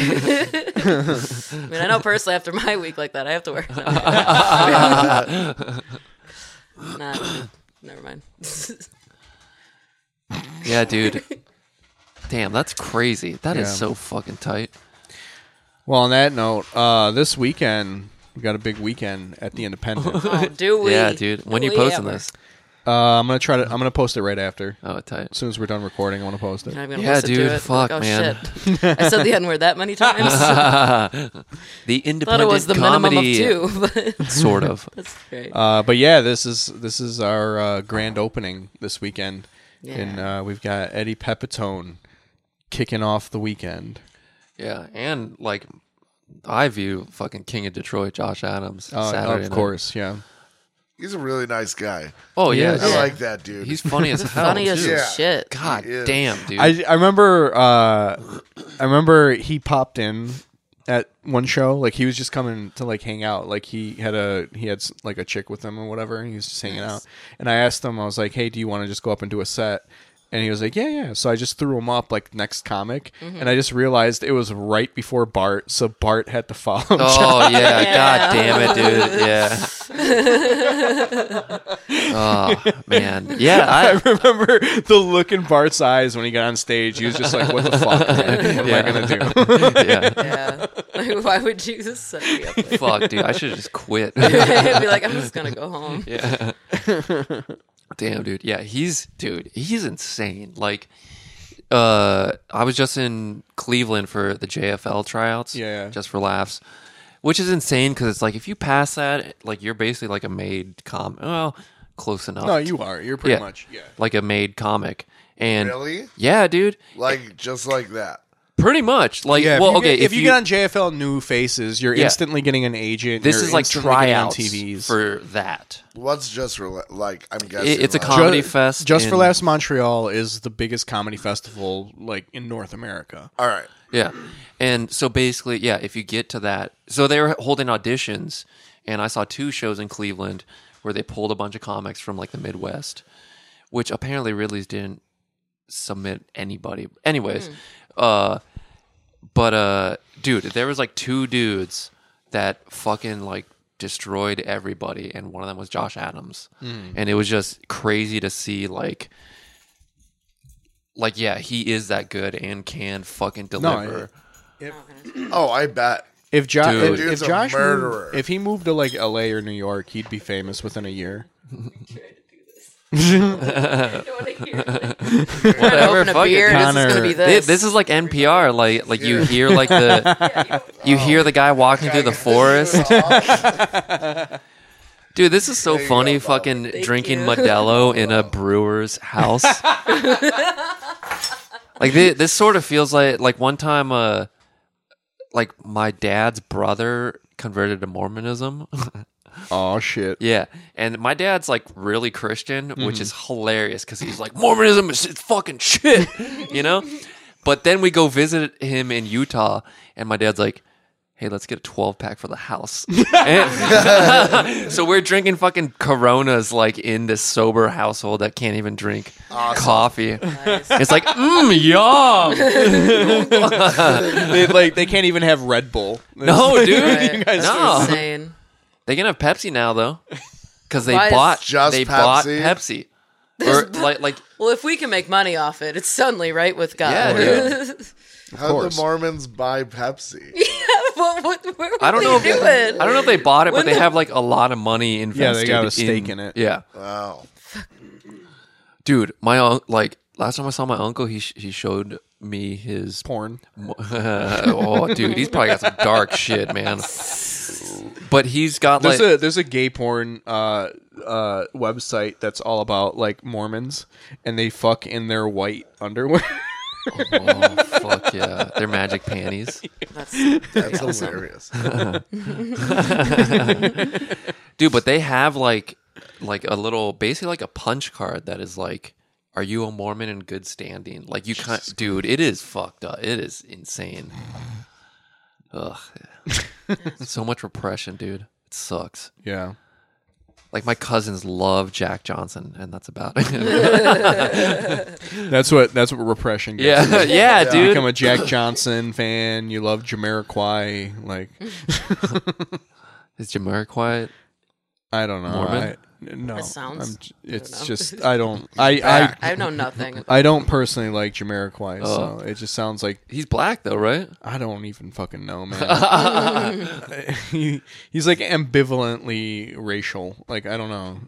[SPEAKER 4] mean, I know personally after my week like that, I have to wear. Not. Never mind.
[SPEAKER 3] yeah, dude. Damn, that's crazy. That is
[SPEAKER 1] Yeah.
[SPEAKER 3] so fucking tight.
[SPEAKER 1] Well, on that note, uh, this weekend we got a big weekend at the Independent. uh,
[SPEAKER 4] Oh, do we?
[SPEAKER 3] yeah, dude. When
[SPEAKER 4] Do
[SPEAKER 3] you
[SPEAKER 4] we
[SPEAKER 3] posting
[SPEAKER 4] ever?
[SPEAKER 3] this?
[SPEAKER 1] I'm gonna try to. I'm gonna post it right after.
[SPEAKER 3] Oh, tight.
[SPEAKER 1] As soon as we're done recording, I want to post it.
[SPEAKER 4] I'm gonna
[SPEAKER 3] Yeah,
[SPEAKER 4] listen
[SPEAKER 3] dude,
[SPEAKER 4] To it.
[SPEAKER 3] fuck,
[SPEAKER 4] like, oh,
[SPEAKER 3] man.
[SPEAKER 4] Shit. I said the N word that many times. I
[SPEAKER 3] The
[SPEAKER 4] thought
[SPEAKER 3] independent
[SPEAKER 4] it was the minimum of
[SPEAKER 3] comedy,
[SPEAKER 4] two, but
[SPEAKER 3] sort of.
[SPEAKER 4] that's great.
[SPEAKER 1] Uh, but yeah, this is this is our uh, grand opening this weekend,
[SPEAKER 4] Yeah.
[SPEAKER 1] and uh, we've got Eddie Pepitone kicking off the weekend.
[SPEAKER 3] Yeah, and like I view fucking King of Detroit, Josh Adams.
[SPEAKER 1] Uh,
[SPEAKER 3] Saturday
[SPEAKER 1] of
[SPEAKER 3] night.
[SPEAKER 1] course, yeah.
[SPEAKER 2] He's a really nice guy.
[SPEAKER 3] Oh
[SPEAKER 1] He
[SPEAKER 3] yeah,
[SPEAKER 1] is.
[SPEAKER 2] I
[SPEAKER 3] yeah.
[SPEAKER 2] like that dude.
[SPEAKER 3] he's funny as hell.
[SPEAKER 4] Funny as
[SPEAKER 3] too.
[SPEAKER 2] Yeah.
[SPEAKER 4] shit.
[SPEAKER 3] God
[SPEAKER 2] He is.
[SPEAKER 3] damn, dude.
[SPEAKER 1] I, I remember uh, I remember he popped in at one show like he was just coming to like hang out like he had a he had s- like a chick with him or whatever and he was just hanging out and I asked him I was like hey do you want to just go up and do a set and he was like yeah yeah so I just threw him up like next comic
[SPEAKER 3] Mm-hmm.
[SPEAKER 1] and I just realized it was right before Bart so Bart had to follow him
[SPEAKER 3] oh yeah, god
[SPEAKER 4] Yeah.
[SPEAKER 3] damn it, dude. Yeah. oh man, yeah. I,
[SPEAKER 1] I remember the look in Bart's eyes when he got on stage he was just like what the fuck man? what
[SPEAKER 3] Yeah.
[SPEAKER 1] am I gonna do
[SPEAKER 3] yeah.
[SPEAKER 4] Yeah. Like, why would you just set me up? Like,
[SPEAKER 3] Fuck, dude. I should just quit.
[SPEAKER 4] that? be like, I'm just gonna go home.
[SPEAKER 3] yeah. Damn, dude. Yeah, he's dude. He's insane. Like, uh, I was just in Cleveland for the JFL tryouts.
[SPEAKER 1] Yeah.
[SPEAKER 3] Just for laughs, which is insane because it's like if you pass that, like you're basically like a made com. Well, close enough.
[SPEAKER 1] no you are you're pretty
[SPEAKER 3] Yeah.
[SPEAKER 1] much yeah
[SPEAKER 3] like a made comic. And
[SPEAKER 2] Really?
[SPEAKER 3] yeah, dude.
[SPEAKER 2] like just like that.
[SPEAKER 3] Pretty much. Like,
[SPEAKER 1] Yeah.
[SPEAKER 3] well,
[SPEAKER 1] if you
[SPEAKER 3] okay.
[SPEAKER 1] Get, if, you, get on JFL New Faces, you're
[SPEAKER 3] Yeah.
[SPEAKER 1] instantly getting an agent.
[SPEAKER 3] this
[SPEAKER 1] you're
[SPEAKER 3] is like
[SPEAKER 1] instantly getting
[SPEAKER 3] tryouts
[SPEAKER 1] on TVs.
[SPEAKER 3] for that.
[SPEAKER 2] What's just rela- like I'm guessing
[SPEAKER 3] It- it's a
[SPEAKER 2] like-
[SPEAKER 1] Ju-
[SPEAKER 3] comedy fest.
[SPEAKER 1] Just for
[SPEAKER 3] in-
[SPEAKER 1] Laughs Montreal is the biggest comedy festival like in North America.
[SPEAKER 2] All right.
[SPEAKER 3] Yeah. And so basically, yeah, if you get to that, so they were holding auditions, and I saw two shows in Cleveland where they pulled a bunch of comics from like the Midwest, which apparently Ridley's didn't submit anybody. Anyways, uh, but uh, dude, there was like two dudes that fucking like destroyed everybody, and one of them was Josh Adams, and it was just crazy to see like. Like yeah, he is that good and can fucking
[SPEAKER 1] No,
[SPEAKER 3] deliver.
[SPEAKER 2] Oh, I bet.
[SPEAKER 1] If, jo-
[SPEAKER 3] Dude.
[SPEAKER 1] if,
[SPEAKER 3] That
[SPEAKER 1] if
[SPEAKER 2] dude's a
[SPEAKER 1] Josh,
[SPEAKER 2] murderer.
[SPEAKER 1] moved, if he moved to like L.A. or New York, he'd be famous within a year.
[SPEAKER 4] I don't wanna hear it. Like,
[SPEAKER 3] Whatever,
[SPEAKER 4] open a
[SPEAKER 3] fuck it,
[SPEAKER 4] beer.
[SPEAKER 3] dude.
[SPEAKER 4] and It's just
[SPEAKER 1] Connor.
[SPEAKER 4] gonna be
[SPEAKER 3] Thi-
[SPEAKER 4] this.
[SPEAKER 3] This is like NPR. Like like you hear like the you hear the guy walking through the forest. Dude, this is so funny. Fucking drinking
[SPEAKER 4] you.
[SPEAKER 3] Modelo in a brewer's house. like thi- this sort of feels like like one time uh like my dad's brother converted to Mormonism.
[SPEAKER 1] Oh shit!
[SPEAKER 3] Yeah, and my dad's like really Christian, which is hilarious because he's like Mormonism is it's fucking shit, you know. But then we go visit him in Utah, and my dad's like, "Hey, let's get a twelve pack for the house." And- so we're drinking fucking Coronas like in this sober household that can't even drink coffee. It's like, mmm, yum.
[SPEAKER 1] they, like they can't even have Red Bull.
[SPEAKER 3] No, Oh, dude.
[SPEAKER 4] Right.
[SPEAKER 1] guys
[SPEAKER 4] That's
[SPEAKER 3] No.
[SPEAKER 4] insane.
[SPEAKER 3] They can have Pepsi now though, because they
[SPEAKER 4] Why is-
[SPEAKER 3] bought
[SPEAKER 2] Just
[SPEAKER 3] they bought
[SPEAKER 2] Pepsi?
[SPEAKER 3] Pepsi. Or like like
[SPEAKER 4] Well, if we can make money off it, it's suddenly right with God.
[SPEAKER 3] Yeah,
[SPEAKER 2] How did
[SPEAKER 1] course.
[SPEAKER 2] the Mormons buy Pepsi?
[SPEAKER 4] what, what, what
[SPEAKER 3] I don't know. If,
[SPEAKER 4] doing?
[SPEAKER 3] I don't know if they bought it,
[SPEAKER 4] When
[SPEAKER 3] but they
[SPEAKER 4] the-
[SPEAKER 3] have like a lot of money
[SPEAKER 1] Yeah, they
[SPEAKER 3] invested.
[SPEAKER 1] got a stake in it.
[SPEAKER 3] Yeah,
[SPEAKER 2] Wow.
[SPEAKER 3] dude, my un- like last time I saw my uncle, he sh- he showed me his.
[SPEAKER 1] Porn.
[SPEAKER 3] oh, dude, he's probably got some dark shit, man. But he's got
[SPEAKER 1] There's
[SPEAKER 3] like
[SPEAKER 1] a there's a gay porn uh, uh, website that's all about like Mormons and they fuck in their white underwear.
[SPEAKER 3] oh fuck yeah, they're magic panties.
[SPEAKER 2] That's hilarious.
[SPEAKER 3] dude but they have like like a little basically like a punch card that is like are you a mormon in good standing like you can't dude it is fucked up it is insane ugh so much repression dude it sucks
[SPEAKER 1] yeah.
[SPEAKER 3] like my cousins love jack johnson and that's about it
[SPEAKER 1] That's what that's what repression gets.
[SPEAKER 3] yeah yeah
[SPEAKER 1] You
[SPEAKER 3] dude
[SPEAKER 1] become a Jack Johnson fan, you love Jamiroquai, like
[SPEAKER 3] is jamiroquai
[SPEAKER 1] I don't know.
[SPEAKER 3] Mormon?
[SPEAKER 1] I, no.
[SPEAKER 4] It sounds-
[SPEAKER 1] I'm j- it's
[SPEAKER 4] know.
[SPEAKER 1] just I don't I I
[SPEAKER 4] I know nothing.
[SPEAKER 1] I don't personally like Jamiroquai, so it just sounds like
[SPEAKER 3] he's black though right
[SPEAKER 1] I don't even fucking know, man. he, he's like ambivalently racial. Like I don't know.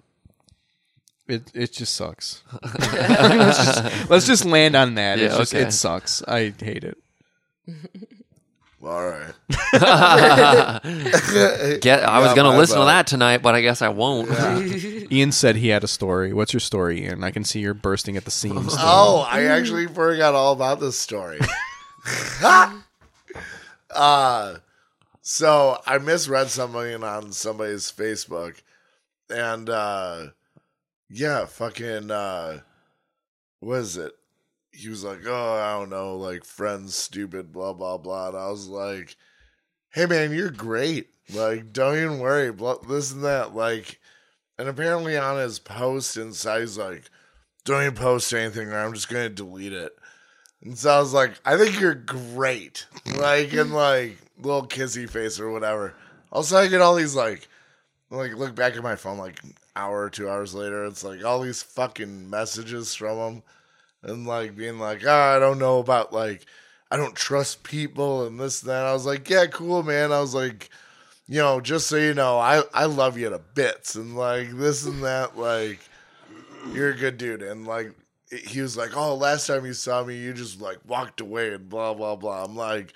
[SPEAKER 1] It it just sucks. let's, just, let's just land on that. It's
[SPEAKER 3] Yeah,
[SPEAKER 1] just,
[SPEAKER 3] okay.
[SPEAKER 1] It sucks. I hate it.
[SPEAKER 2] All right.
[SPEAKER 3] get i was
[SPEAKER 2] Yeah,
[SPEAKER 3] gonna
[SPEAKER 2] my
[SPEAKER 3] listen to
[SPEAKER 2] bad.
[SPEAKER 3] that tonight but i guess i won't
[SPEAKER 1] Ian said he had a story. What's your story, Ian? I can see you're bursting at the seams.
[SPEAKER 2] Oh, I actually forgot all about this story. uh, so I misread something on somebody's Facebook, and uh, yeah, fucking, uh, what is it? He was like, "Oh, I don't know, like friends, stupid, blah blah blah." And I was like, "Hey, man, you're great. Like, don't even worry. Blah, this and that. Like." And apparently on his post inside, he's like, don't even post anything or I'm just gonna delete it. And so I was like, I think you're great. Like and like little kissy face or whatever. Also I get all these like like look back at my phone like an hour or two hours later, it's like all these fucking messages from him and like being like, ah, I don't know about like I don't trust people and this and that. I was like, Yeah, cool, man. I was like, you know, just so you know, I, I love you to bits and like this and that, like you're a good dude. And like, he was like, oh, last time you saw me, you just like walked away and blah, blah, blah. I'm like,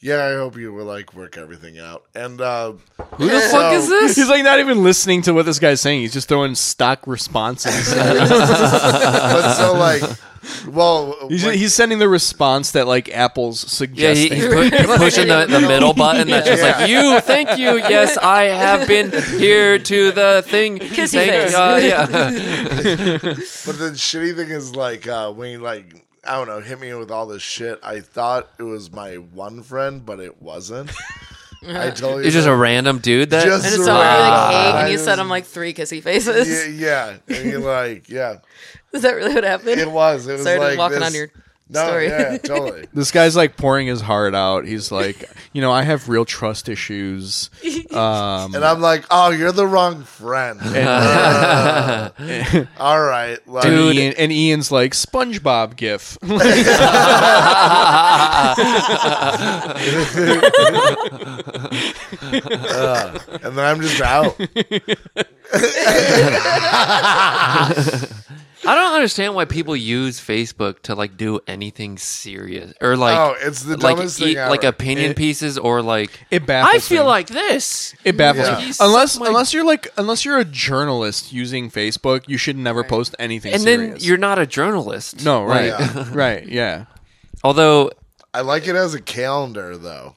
[SPEAKER 2] yeah, I hope you will like work everything out. And, uh,
[SPEAKER 3] who the fuck is this
[SPEAKER 1] He's like not even listening to what this guy's saying. He's just throwing stock responses.
[SPEAKER 2] but so like, well,
[SPEAKER 1] he's,
[SPEAKER 2] like-
[SPEAKER 1] he's sending the response that like Apple's
[SPEAKER 3] Yeah,
[SPEAKER 1] suggesting.
[SPEAKER 3] he, he's pu- he's pushing the, the middle button that's just
[SPEAKER 2] Yeah.
[SPEAKER 3] like, you, thank you, yes, I have been here to the thing.
[SPEAKER 4] Kissy
[SPEAKER 3] thank,
[SPEAKER 4] face.
[SPEAKER 3] Uh, yeah.
[SPEAKER 2] But the shitty thing is like uh, when he like I don't know hit me with all this shit. I thought it was my one friend, but it wasn't. I totally
[SPEAKER 3] He's just a random dude that.
[SPEAKER 2] Just-
[SPEAKER 4] And it's all you like
[SPEAKER 2] Ah.
[SPEAKER 4] hey, and you sent him like three kissy faces.
[SPEAKER 2] yeah, yeah. And you're like yeah,
[SPEAKER 4] Is that really what happened?
[SPEAKER 2] it was. It was
[SPEAKER 4] Sorry to
[SPEAKER 2] like
[SPEAKER 4] walk
[SPEAKER 2] this-
[SPEAKER 4] on your
[SPEAKER 2] no,
[SPEAKER 4] story.
[SPEAKER 2] yeah, totally.
[SPEAKER 1] this guy's like pouring his heart out. He's like, you know, I have real trust issues. Um,
[SPEAKER 2] And I'm like, oh, you're the wrong friend. all right, like,
[SPEAKER 1] and,
[SPEAKER 3] Dude.
[SPEAKER 1] Ian- and Ian's like SpongeBob gif.
[SPEAKER 2] and then I'm just out.
[SPEAKER 3] I don't understand why people use Facebook to like do anything serious or like.
[SPEAKER 2] oh, it's the
[SPEAKER 3] like
[SPEAKER 2] dumbest
[SPEAKER 3] eat,
[SPEAKER 2] thing ever.
[SPEAKER 3] like opinion pieces or like
[SPEAKER 1] It baffles
[SPEAKER 3] I feel
[SPEAKER 1] me.
[SPEAKER 3] like this.
[SPEAKER 1] It baffles
[SPEAKER 2] Yeah.
[SPEAKER 1] me.
[SPEAKER 3] You suck
[SPEAKER 1] Unless
[SPEAKER 3] my-
[SPEAKER 1] unless you're like unless you're a journalist using Facebook, you should never post anything.
[SPEAKER 3] And then
[SPEAKER 1] serious.
[SPEAKER 3] you're not a journalist.
[SPEAKER 1] no right
[SPEAKER 3] Like,
[SPEAKER 1] right yeah
[SPEAKER 3] although
[SPEAKER 2] I like it as a calendar though.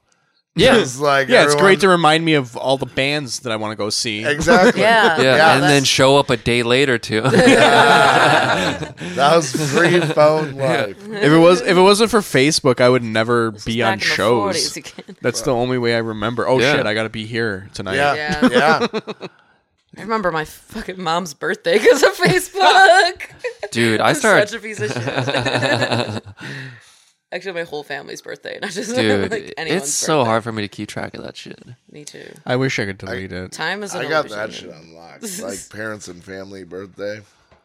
[SPEAKER 3] yeah.
[SPEAKER 2] It's like
[SPEAKER 1] yeah. It's
[SPEAKER 2] everyone-
[SPEAKER 1] great to remind me of all the bands that I want to go see.
[SPEAKER 2] exactly.
[SPEAKER 4] Yeah.
[SPEAKER 3] Yeah,
[SPEAKER 2] Yeah,
[SPEAKER 3] and then show up a day later too.
[SPEAKER 2] that was free phone life.
[SPEAKER 1] If it was if it wasn't for Facebook, I would never be
[SPEAKER 4] back
[SPEAKER 1] on
[SPEAKER 4] in the
[SPEAKER 1] shows.
[SPEAKER 4] 40s again.
[SPEAKER 1] That's the only way I remember. Oh
[SPEAKER 3] Yeah.
[SPEAKER 1] shit, I got to be here tonight.
[SPEAKER 2] Yeah,
[SPEAKER 4] Yeah.
[SPEAKER 2] yeah.
[SPEAKER 4] I remember my fucking mom's birthday because of Facebook.
[SPEAKER 3] Dude, I
[SPEAKER 4] Such
[SPEAKER 3] started
[SPEAKER 4] a piece of shit. Actually, my whole family's birthday, not just
[SPEAKER 3] Dude,
[SPEAKER 4] like anyone's.
[SPEAKER 3] it's so
[SPEAKER 4] birthday.
[SPEAKER 3] hard for me to keep track of that shit.
[SPEAKER 4] Me too.
[SPEAKER 1] I wish I could delete it.
[SPEAKER 4] Time is. An
[SPEAKER 2] I got
[SPEAKER 4] illusion.
[SPEAKER 2] that shit unlocked. Like parents and family birthday.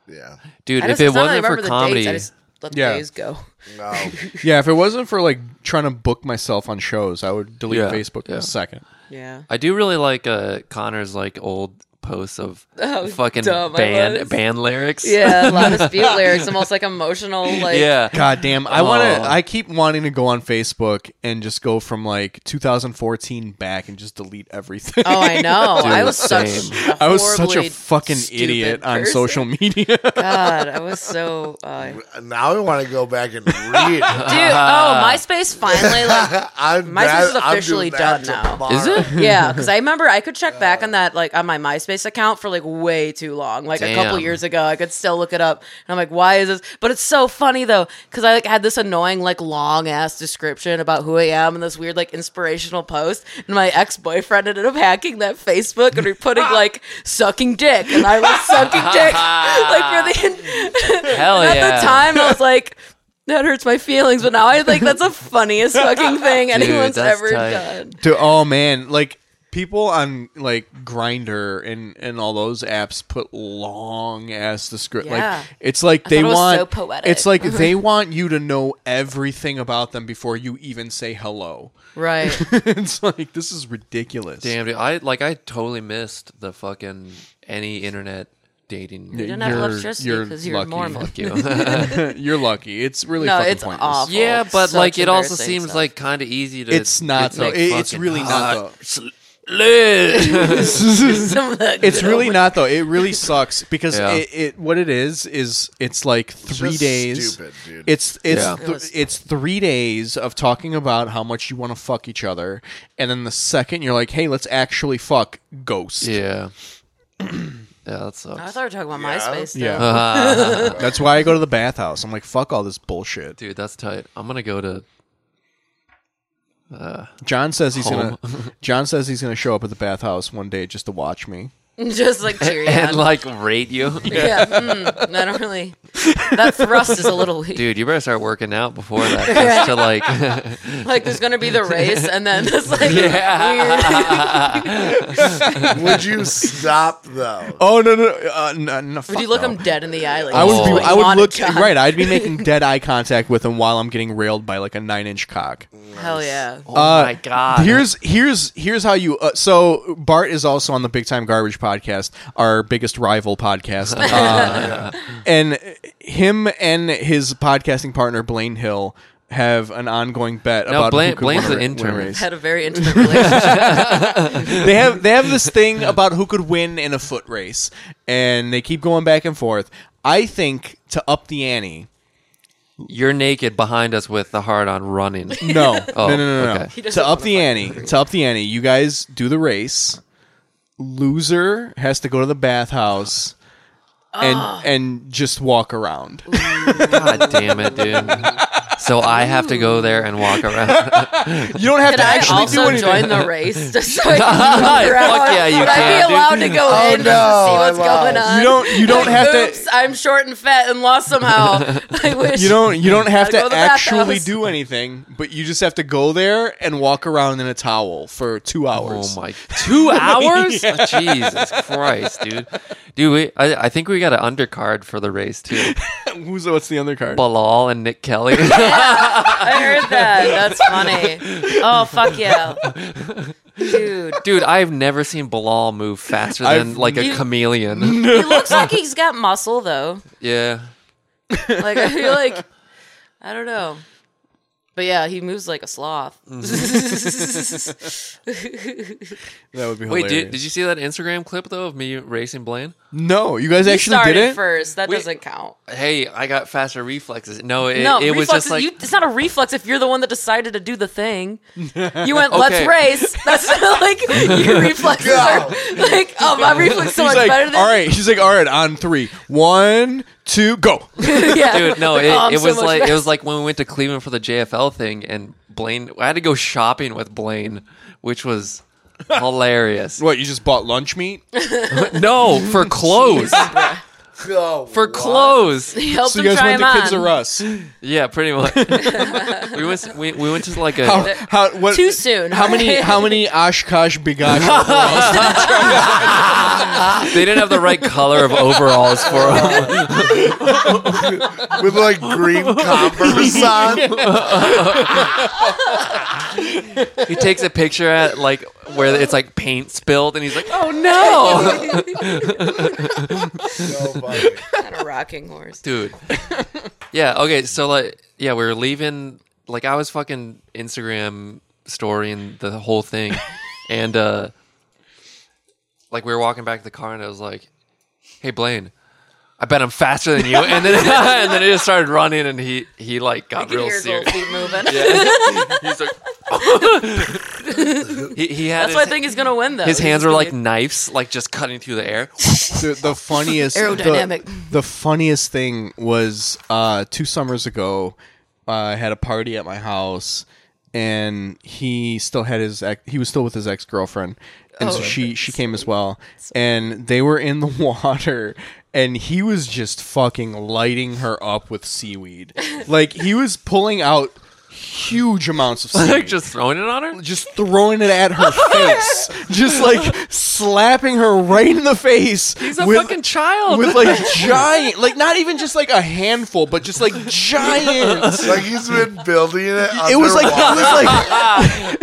[SPEAKER 2] Yeah.
[SPEAKER 3] Dude,
[SPEAKER 4] I
[SPEAKER 3] if
[SPEAKER 4] just,
[SPEAKER 3] it
[SPEAKER 4] it's not that I
[SPEAKER 3] wasn't for
[SPEAKER 4] remember the
[SPEAKER 3] comedy,
[SPEAKER 4] dates, I just let
[SPEAKER 1] Yeah.
[SPEAKER 4] the days go.
[SPEAKER 2] No.
[SPEAKER 1] Yeah, if it wasn't for like trying to book myself on shows, I would delete
[SPEAKER 3] Yeah,
[SPEAKER 1] Facebook in
[SPEAKER 3] yeah.
[SPEAKER 1] a second.
[SPEAKER 4] Yeah.
[SPEAKER 3] I do really like uh, Connor's like old posts of
[SPEAKER 4] Oh,
[SPEAKER 3] fucking
[SPEAKER 4] dumb I was.
[SPEAKER 3] band band lyrics.
[SPEAKER 4] Yeah, a lot of dispute lyrics, almost like emotional, like
[SPEAKER 3] yeah.
[SPEAKER 1] God damn, I want
[SPEAKER 3] Oh.
[SPEAKER 1] to. I keep wanting to go on Facebook and just go from like 2014 back and just delete everything.
[SPEAKER 4] Oh, I know.
[SPEAKER 3] Dude,
[SPEAKER 4] I was such.
[SPEAKER 3] same.
[SPEAKER 4] a
[SPEAKER 1] I was such a
[SPEAKER 4] horribly
[SPEAKER 1] fucking
[SPEAKER 4] stupid
[SPEAKER 1] idiot on
[SPEAKER 4] person.
[SPEAKER 1] social media.
[SPEAKER 4] God, I was so. Uh, dude,
[SPEAKER 2] now I want to go back and read.
[SPEAKER 4] oh, MySpace finally like.
[SPEAKER 2] I'm
[SPEAKER 4] My
[SPEAKER 2] that-
[SPEAKER 4] sister's
[SPEAKER 2] I'm
[SPEAKER 4] officially
[SPEAKER 2] doing that
[SPEAKER 4] done now.
[SPEAKER 2] tomorrow.
[SPEAKER 3] Is it?
[SPEAKER 4] Yeah, because I remember I could check back on that like on my MySpace account for like way too long, like a couple
[SPEAKER 3] Damn.
[SPEAKER 4] years ago. I could still look it up, and I'm like, why is this? But it's so funny though, because I like had this annoying like long ass description about who I am and this weird like inspirational post, and my ex boyfriend ended up hacking that Facebook and putting like sucking dick, and I was sucking dick like for the
[SPEAKER 3] Hell
[SPEAKER 4] at
[SPEAKER 3] yeah.
[SPEAKER 4] the time I was like that hurts my feelings, but now I think that's the funniest fucking thing anyone's
[SPEAKER 3] that's
[SPEAKER 4] ever
[SPEAKER 3] tight.
[SPEAKER 4] done.
[SPEAKER 1] Dude, oh man, like people on like Grinder and and all those apps put long ass description.
[SPEAKER 4] Yeah.
[SPEAKER 1] Like it's like they
[SPEAKER 4] it was
[SPEAKER 1] want
[SPEAKER 4] so poetic.
[SPEAKER 1] It's like they want you to know everything about them before you even say hello.
[SPEAKER 4] Right.
[SPEAKER 1] it's like this is ridiculous.
[SPEAKER 3] Damn, dude. I like I totally missed the fucking any internet dating.
[SPEAKER 1] Yeah,
[SPEAKER 4] You don't have
[SPEAKER 1] You're-
[SPEAKER 4] electricity
[SPEAKER 1] you're
[SPEAKER 4] because you're,
[SPEAKER 1] lucky.
[SPEAKER 4] Mormon.
[SPEAKER 3] Fuck you.
[SPEAKER 1] You're lucky. It's really
[SPEAKER 4] No,
[SPEAKER 1] fucking
[SPEAKER 4] it's
[SPEAKER 1] pointless.
[SPEAKER 4] awful.
[SPEAKER 3] yeah, but
[SPEAKER 4] Such
[SPEAKER 3] like it also
[SPEAKER 4] embarrassing
[SPEAKER 3] seems
[SPEAKER 4] stuff.
[SPEAKER 3] like kind of easy to.
[SPEAKER 1] It's not though.
[SPEAKER 3] like,
[SPEAKER 1] It- it's
[SPEAKER 3] fucking
[SPEAKER 1] really not though.
[SPEAKER 3] lit.
[SPEAKER 4] Some of that
[SPEAKER 1] It's
[SPEAKER 4] good
[SPEAKER 1] really
[SPEAKER 4] old-
[SPEAKER 1] not though. It really sucks because
[SPEAKER 3] Yeah.
[SPEAKER 1] it, it what it is is it's like three
[SPEAKER 2] just
[SPEAKER 1] days.
[SPEAKER 2] stupid, dude.
[SPEAKER 1] It's it's
[SPEAKER 3] Yeah.
[SPEAKER 1] th- it's three days of talking about how much you want to fuck each other, and then the second you're like, hey, let's actually fuck ghost.
[SPEAKER 3] yeah. Yeah, that
[SPEAKER 4] I
[SPEAKER 3] sucks.
[SPEAKER 4] thought we were talking about
[SPEAKER 2] Yeah.
[SPEAKER 4] MySpace.
[SPEAKER 1] Yeah.
[SPEAKER 4] though.
[SPEAKER 1] That's why I go to the bathhouse. I'm like, fuck all this bullshit.
[SPEAKER 3] Dude, that's tight. I'm gonna go to.
[SPEAKER 1] John says he's
[SPEAKER 3] Home.
[SPEAKER 1] gonna. John says he's gonna show up at the bathhouse one day just to watch me.
[SPEAKER 4] Just like cheering.
[SPEAKER 3] And like rate you,
[SPEAKER 4] yeah. mm, I don't really. That thrust is a little weak.
[SPEAKER 3] dude. You better start working out before that, just to like
[SPEAKER 4] Like there's gonna be the race, and then it's like weird.
[SPEAKER 2] Would you stop though?
[SPEAKER 1] Oh no no uh, no, no
[SPEAKER 4] Would you look him dead in the eye? Like
[SPEAKER 1] I would
[SPEAKER 4] you
[SPEAKER 1] be.
[SPEAKER 4] just
[SPEAKER 1] I would
[SPEAKER 4] wanted,
[SPEAKER 1] look
[SPEAKER 4] John?
[SPEAKER 1] right. I'd be making dead eye contact with him while I'm getting railed by like a nine inch cock.
[SPEAKER 4] Hell yeah.
[SPEAKER 3] Oh
[SPEAKER 1] Uh,
[SPEAKER 3] my god!
[SPEAKER 1] Here's here's here's how you. Uh, so Bart is also on the Big Time Garbage podcast, our biggest rival podcast, uh, and him and his podcasting partner Blaine Hill have an ongoing bet about
[SPEAKER 3] Blaine-
[SPEAKER 1] who could
[SPEAKER 3] Blaine's
[SPEAKER 1] win a ra-
[SPEAKER 3] the
[SPEAKER 1] win a
[SPEAKER 3] intern.
[SPEAKER 1] race.
[SPEAKER 4] Had a very intimate relationship.
[SPEAKER 1] they have they have this thing about who could win in a foot race, and they keep going back and forth. I think to up the ante.
[SPEAKER 3] you're naked behind us with the hard on running.
[SPEAKER 1] No,
[SPEAKER 3] Oh,
[SPEAKER 1] no, no, no, no.
[SPEAKER 3] okay. He
[SPEAKER 4] doesn't
[SPEAKER 1] To up
[SPEAKER 4] wanna
[SPEAKER 1] the ante, to up the ante, you guys do the race. Loser has to go to the bathhouse and
[SPEAKER 4] Ah.
[SPEAKER 1] and just walk around.
[SPEAKER 3] God damn it, dude! So I have to go there and walk around.
[SPEAKER 1] You don't have
[SPEAKER 4] Could
[SPEAKER 1] to
[SPEAKER 4] I
[SPEAKER 1] actually do
[SPEAKER 4] also
[SPEAKER 1] anything.
[SPEAKER 4] join the race? Just so I can look around?
[SPEAKER 3] Fuck yeah, you
[SPEAKER 4] Would I
[SPEAKER 3] can,
[SPEAKER 4] be
[SPEAKER 3] dude.
[SPEAKER 4] allowed to go
[SPEAKER 2] Oh,
[SPEAKER 4] in just
[SPEAKER 2] no,
[SPEAKER 4] to see what's
[SPEAKER 2] I lied.
[SPEAKER 4] going on?
[SPEAKER 1] you don't you don't have
[SPEAKER 4] Oops,
[SPEAKER 1] to
[SPEAKER 4] I'm short and fat and lost somehow. I wish
[SPEAKER 1] you don't you don't have
[SPEAKER 4] Gotta go
[SPEAKER 1] to
[SPEAKER 4] to the
[SPEAKER 1] actually
[SPEAKER 4] bathhouse.
[SPEAKER 1] do anything, but you just have to go there and walk around in a towel for 2
[SPEAKER 3] Oh
[SPEAKER 1] hours.
[SPEAKER 3] my, two hours? Jesus Christ, dude! Dude, we, I, I think we got an undercard for the race too.
[SPEAKER 1] Who's what's the undercard?
[SPEAKER 3] Balal and Nick Kelly.
[SPEAKER 4] I heard that. That's funny. Oh fuck yeah, dude.
[SPEAKER 3] Dude, I've never seen Balal move faster than
[SPEAKER 1] I've-
[SPEAKER 3] like a chameleon.
[SPEAKER 4] He looks like he's got muscle though.
[SPEAKER 3] yeah.
[SPEAKER 4] Like I feel like I don't know, but yeah, he moves like a sloth.
[SPEAKER 3] Mm-hmm.
[SPEAKER 1] That would be
[SPEAKER 3] Wait,
[SPEAKER 1] hilarious.
[SPEAKER 3] did, did you see that Instagram clip though of me racing Blaine?
[SPEAKER 1] No, you guys
[SPEAKER 4] He
[SPEAKER 1] actually
[SPEAKER 4] started
[SPEAKER 1] did it?
[SPEAKER 4] first. That doesn't count.
[SPEAKER 3] Hey, I got faster reflexes. No, it,
[SPEAKER 4] no,
[SPEAKER 3] it was
[SPEAKER 4] reflexes.
[SPEAKER 3] just like
[SPEAKER 4] you, it's not a reflex if you're the one that decided to do the thing. You went, let's
[SPEAKER 3] Okay.
[SPEAKER 4] race. That's like your reflexes are like, oh, my reflex is so
[SPEAKER 1] He's
[SPEAKER 4] much
[SPEAKER 1] like,
[SPEAKER 4] better than
[SPEAKER 1] all right. He's like, all right, on three, one, two, go.
[SPEAKER 4] yeah.
[SPEAKER 3] Dude, no,
[SPEAKER 4] Like,
[SPEAKER 3] it,
[SPEAKER 4] oh, I'm
[SPEAKER 3] it
[SPEAKER 4] so
[SPEAKER 3] was
[SPEAKER 4] much
[SPEAKER 3] like
[SPEAKER 4] better.
[SPEAKER 3] it was like when we went to Cleveland for the JFL thing, and Blaine. I had to go shopping with Blaine, which was hilarious.
[SPEAKER 1] What you just bought lunch meat?
[SPEAKER 3] no, for clothes.
[SPEAKER 2] Oh,
[SPEAKER 3] for
[SPEAKER 2] what?
[SPEAKER 3] clothes.
[SPEAKER 4] He helped
[SPEAKER 1] So you
[SPEAKER 4] him
[SPEAKER 1] guys
[SPEAKER 4] try
[SPEAKER 1] went
[SPEAKER 4] him
[SPEAKER 1] to
[SPEAKER 4] on.
[SPEAKER 1] Kids R Us.
[SPEAKER 3] Yeah, pretty much. we went. We, we went to like a.
[SPEAKER 1] How, Oh, how, what,
[SPEAKER 4] Too soon.
[SPEAKER 1] How many? How many Oshkosh Bigosh?
[SPEAKER 3] They didn't have the right color of overalls for them.
[SPEAKER 2] with like green Converse on.
[SPEAKER 3] he takes a picture at like where it's like paint spilled, and he's like, "Oh no,
[SPEAKER 2] So funny.
[SPEAKER 4] on a rocking horse.
[SPEAKER 3] dude." Yeah. Okay. So like, yeah, we were leaving. Like, I was fucking Instagram storying the whole thing, and uh like we were walking back to the car, and I was like, "Hey, Blaine." I bet I'm faster than you, and then and then it just started running, and he he like got
[SPEAKER 4] You
[SPEAKER 3] real
[SPEAKER 4] can hear
[SPEAKER 3] serious.
[SPEAKER 4] gold feet moving.
[SPEAKER 3] Yeah. He's like, he, he had
[SPEAKER 4] That's
[SPEAKER 3] his,
[SPEAKER 4] why I think he's gonna win though.
[SPEAKER 3] his
[SPEAKER 4] He's
[SPEAKER 3] hands were
[SPEAKER 4] gonna
[SPEAKER 3] like
[SPEAKER 4] be-
[SPEAKER 3] knives, like just cutting through the air.
[SPEAKER 1] the, the funniest the-
[SPEAKER 4] Aerodynamic.
[SPEAKER 1] The, funniest thing was uh, two summers ago. uh, I had a party at my house, and he still had his ex- he was still with his ex girlfriend, and
[SPEAKER 4] Oh,
[SPEAKER 1] so she she came as well, and they were in the water. And he was just fucking lighting her up with seaweed. like he was pulling out huge amounts of
[SPEAKER 3] like
[SPEAKER 1] seaweed.
[SPEAKER 3] just throwing it on her.
[SPEAKER 1] just throwing it at her face, just like slapping her right in the face.
[SPEAKER 3] He's a
[SPEAKER 1] with,
[SPEAKER 3] fucking child.
[SPEAKER 1] with like giant, like not even just like a handful, but just like giant.
[SPEAKER 2] Like he's been building it.
[SPEAKER 1] It was like it
[SPEAKER 2] underwater.
[SPEAKER 1] was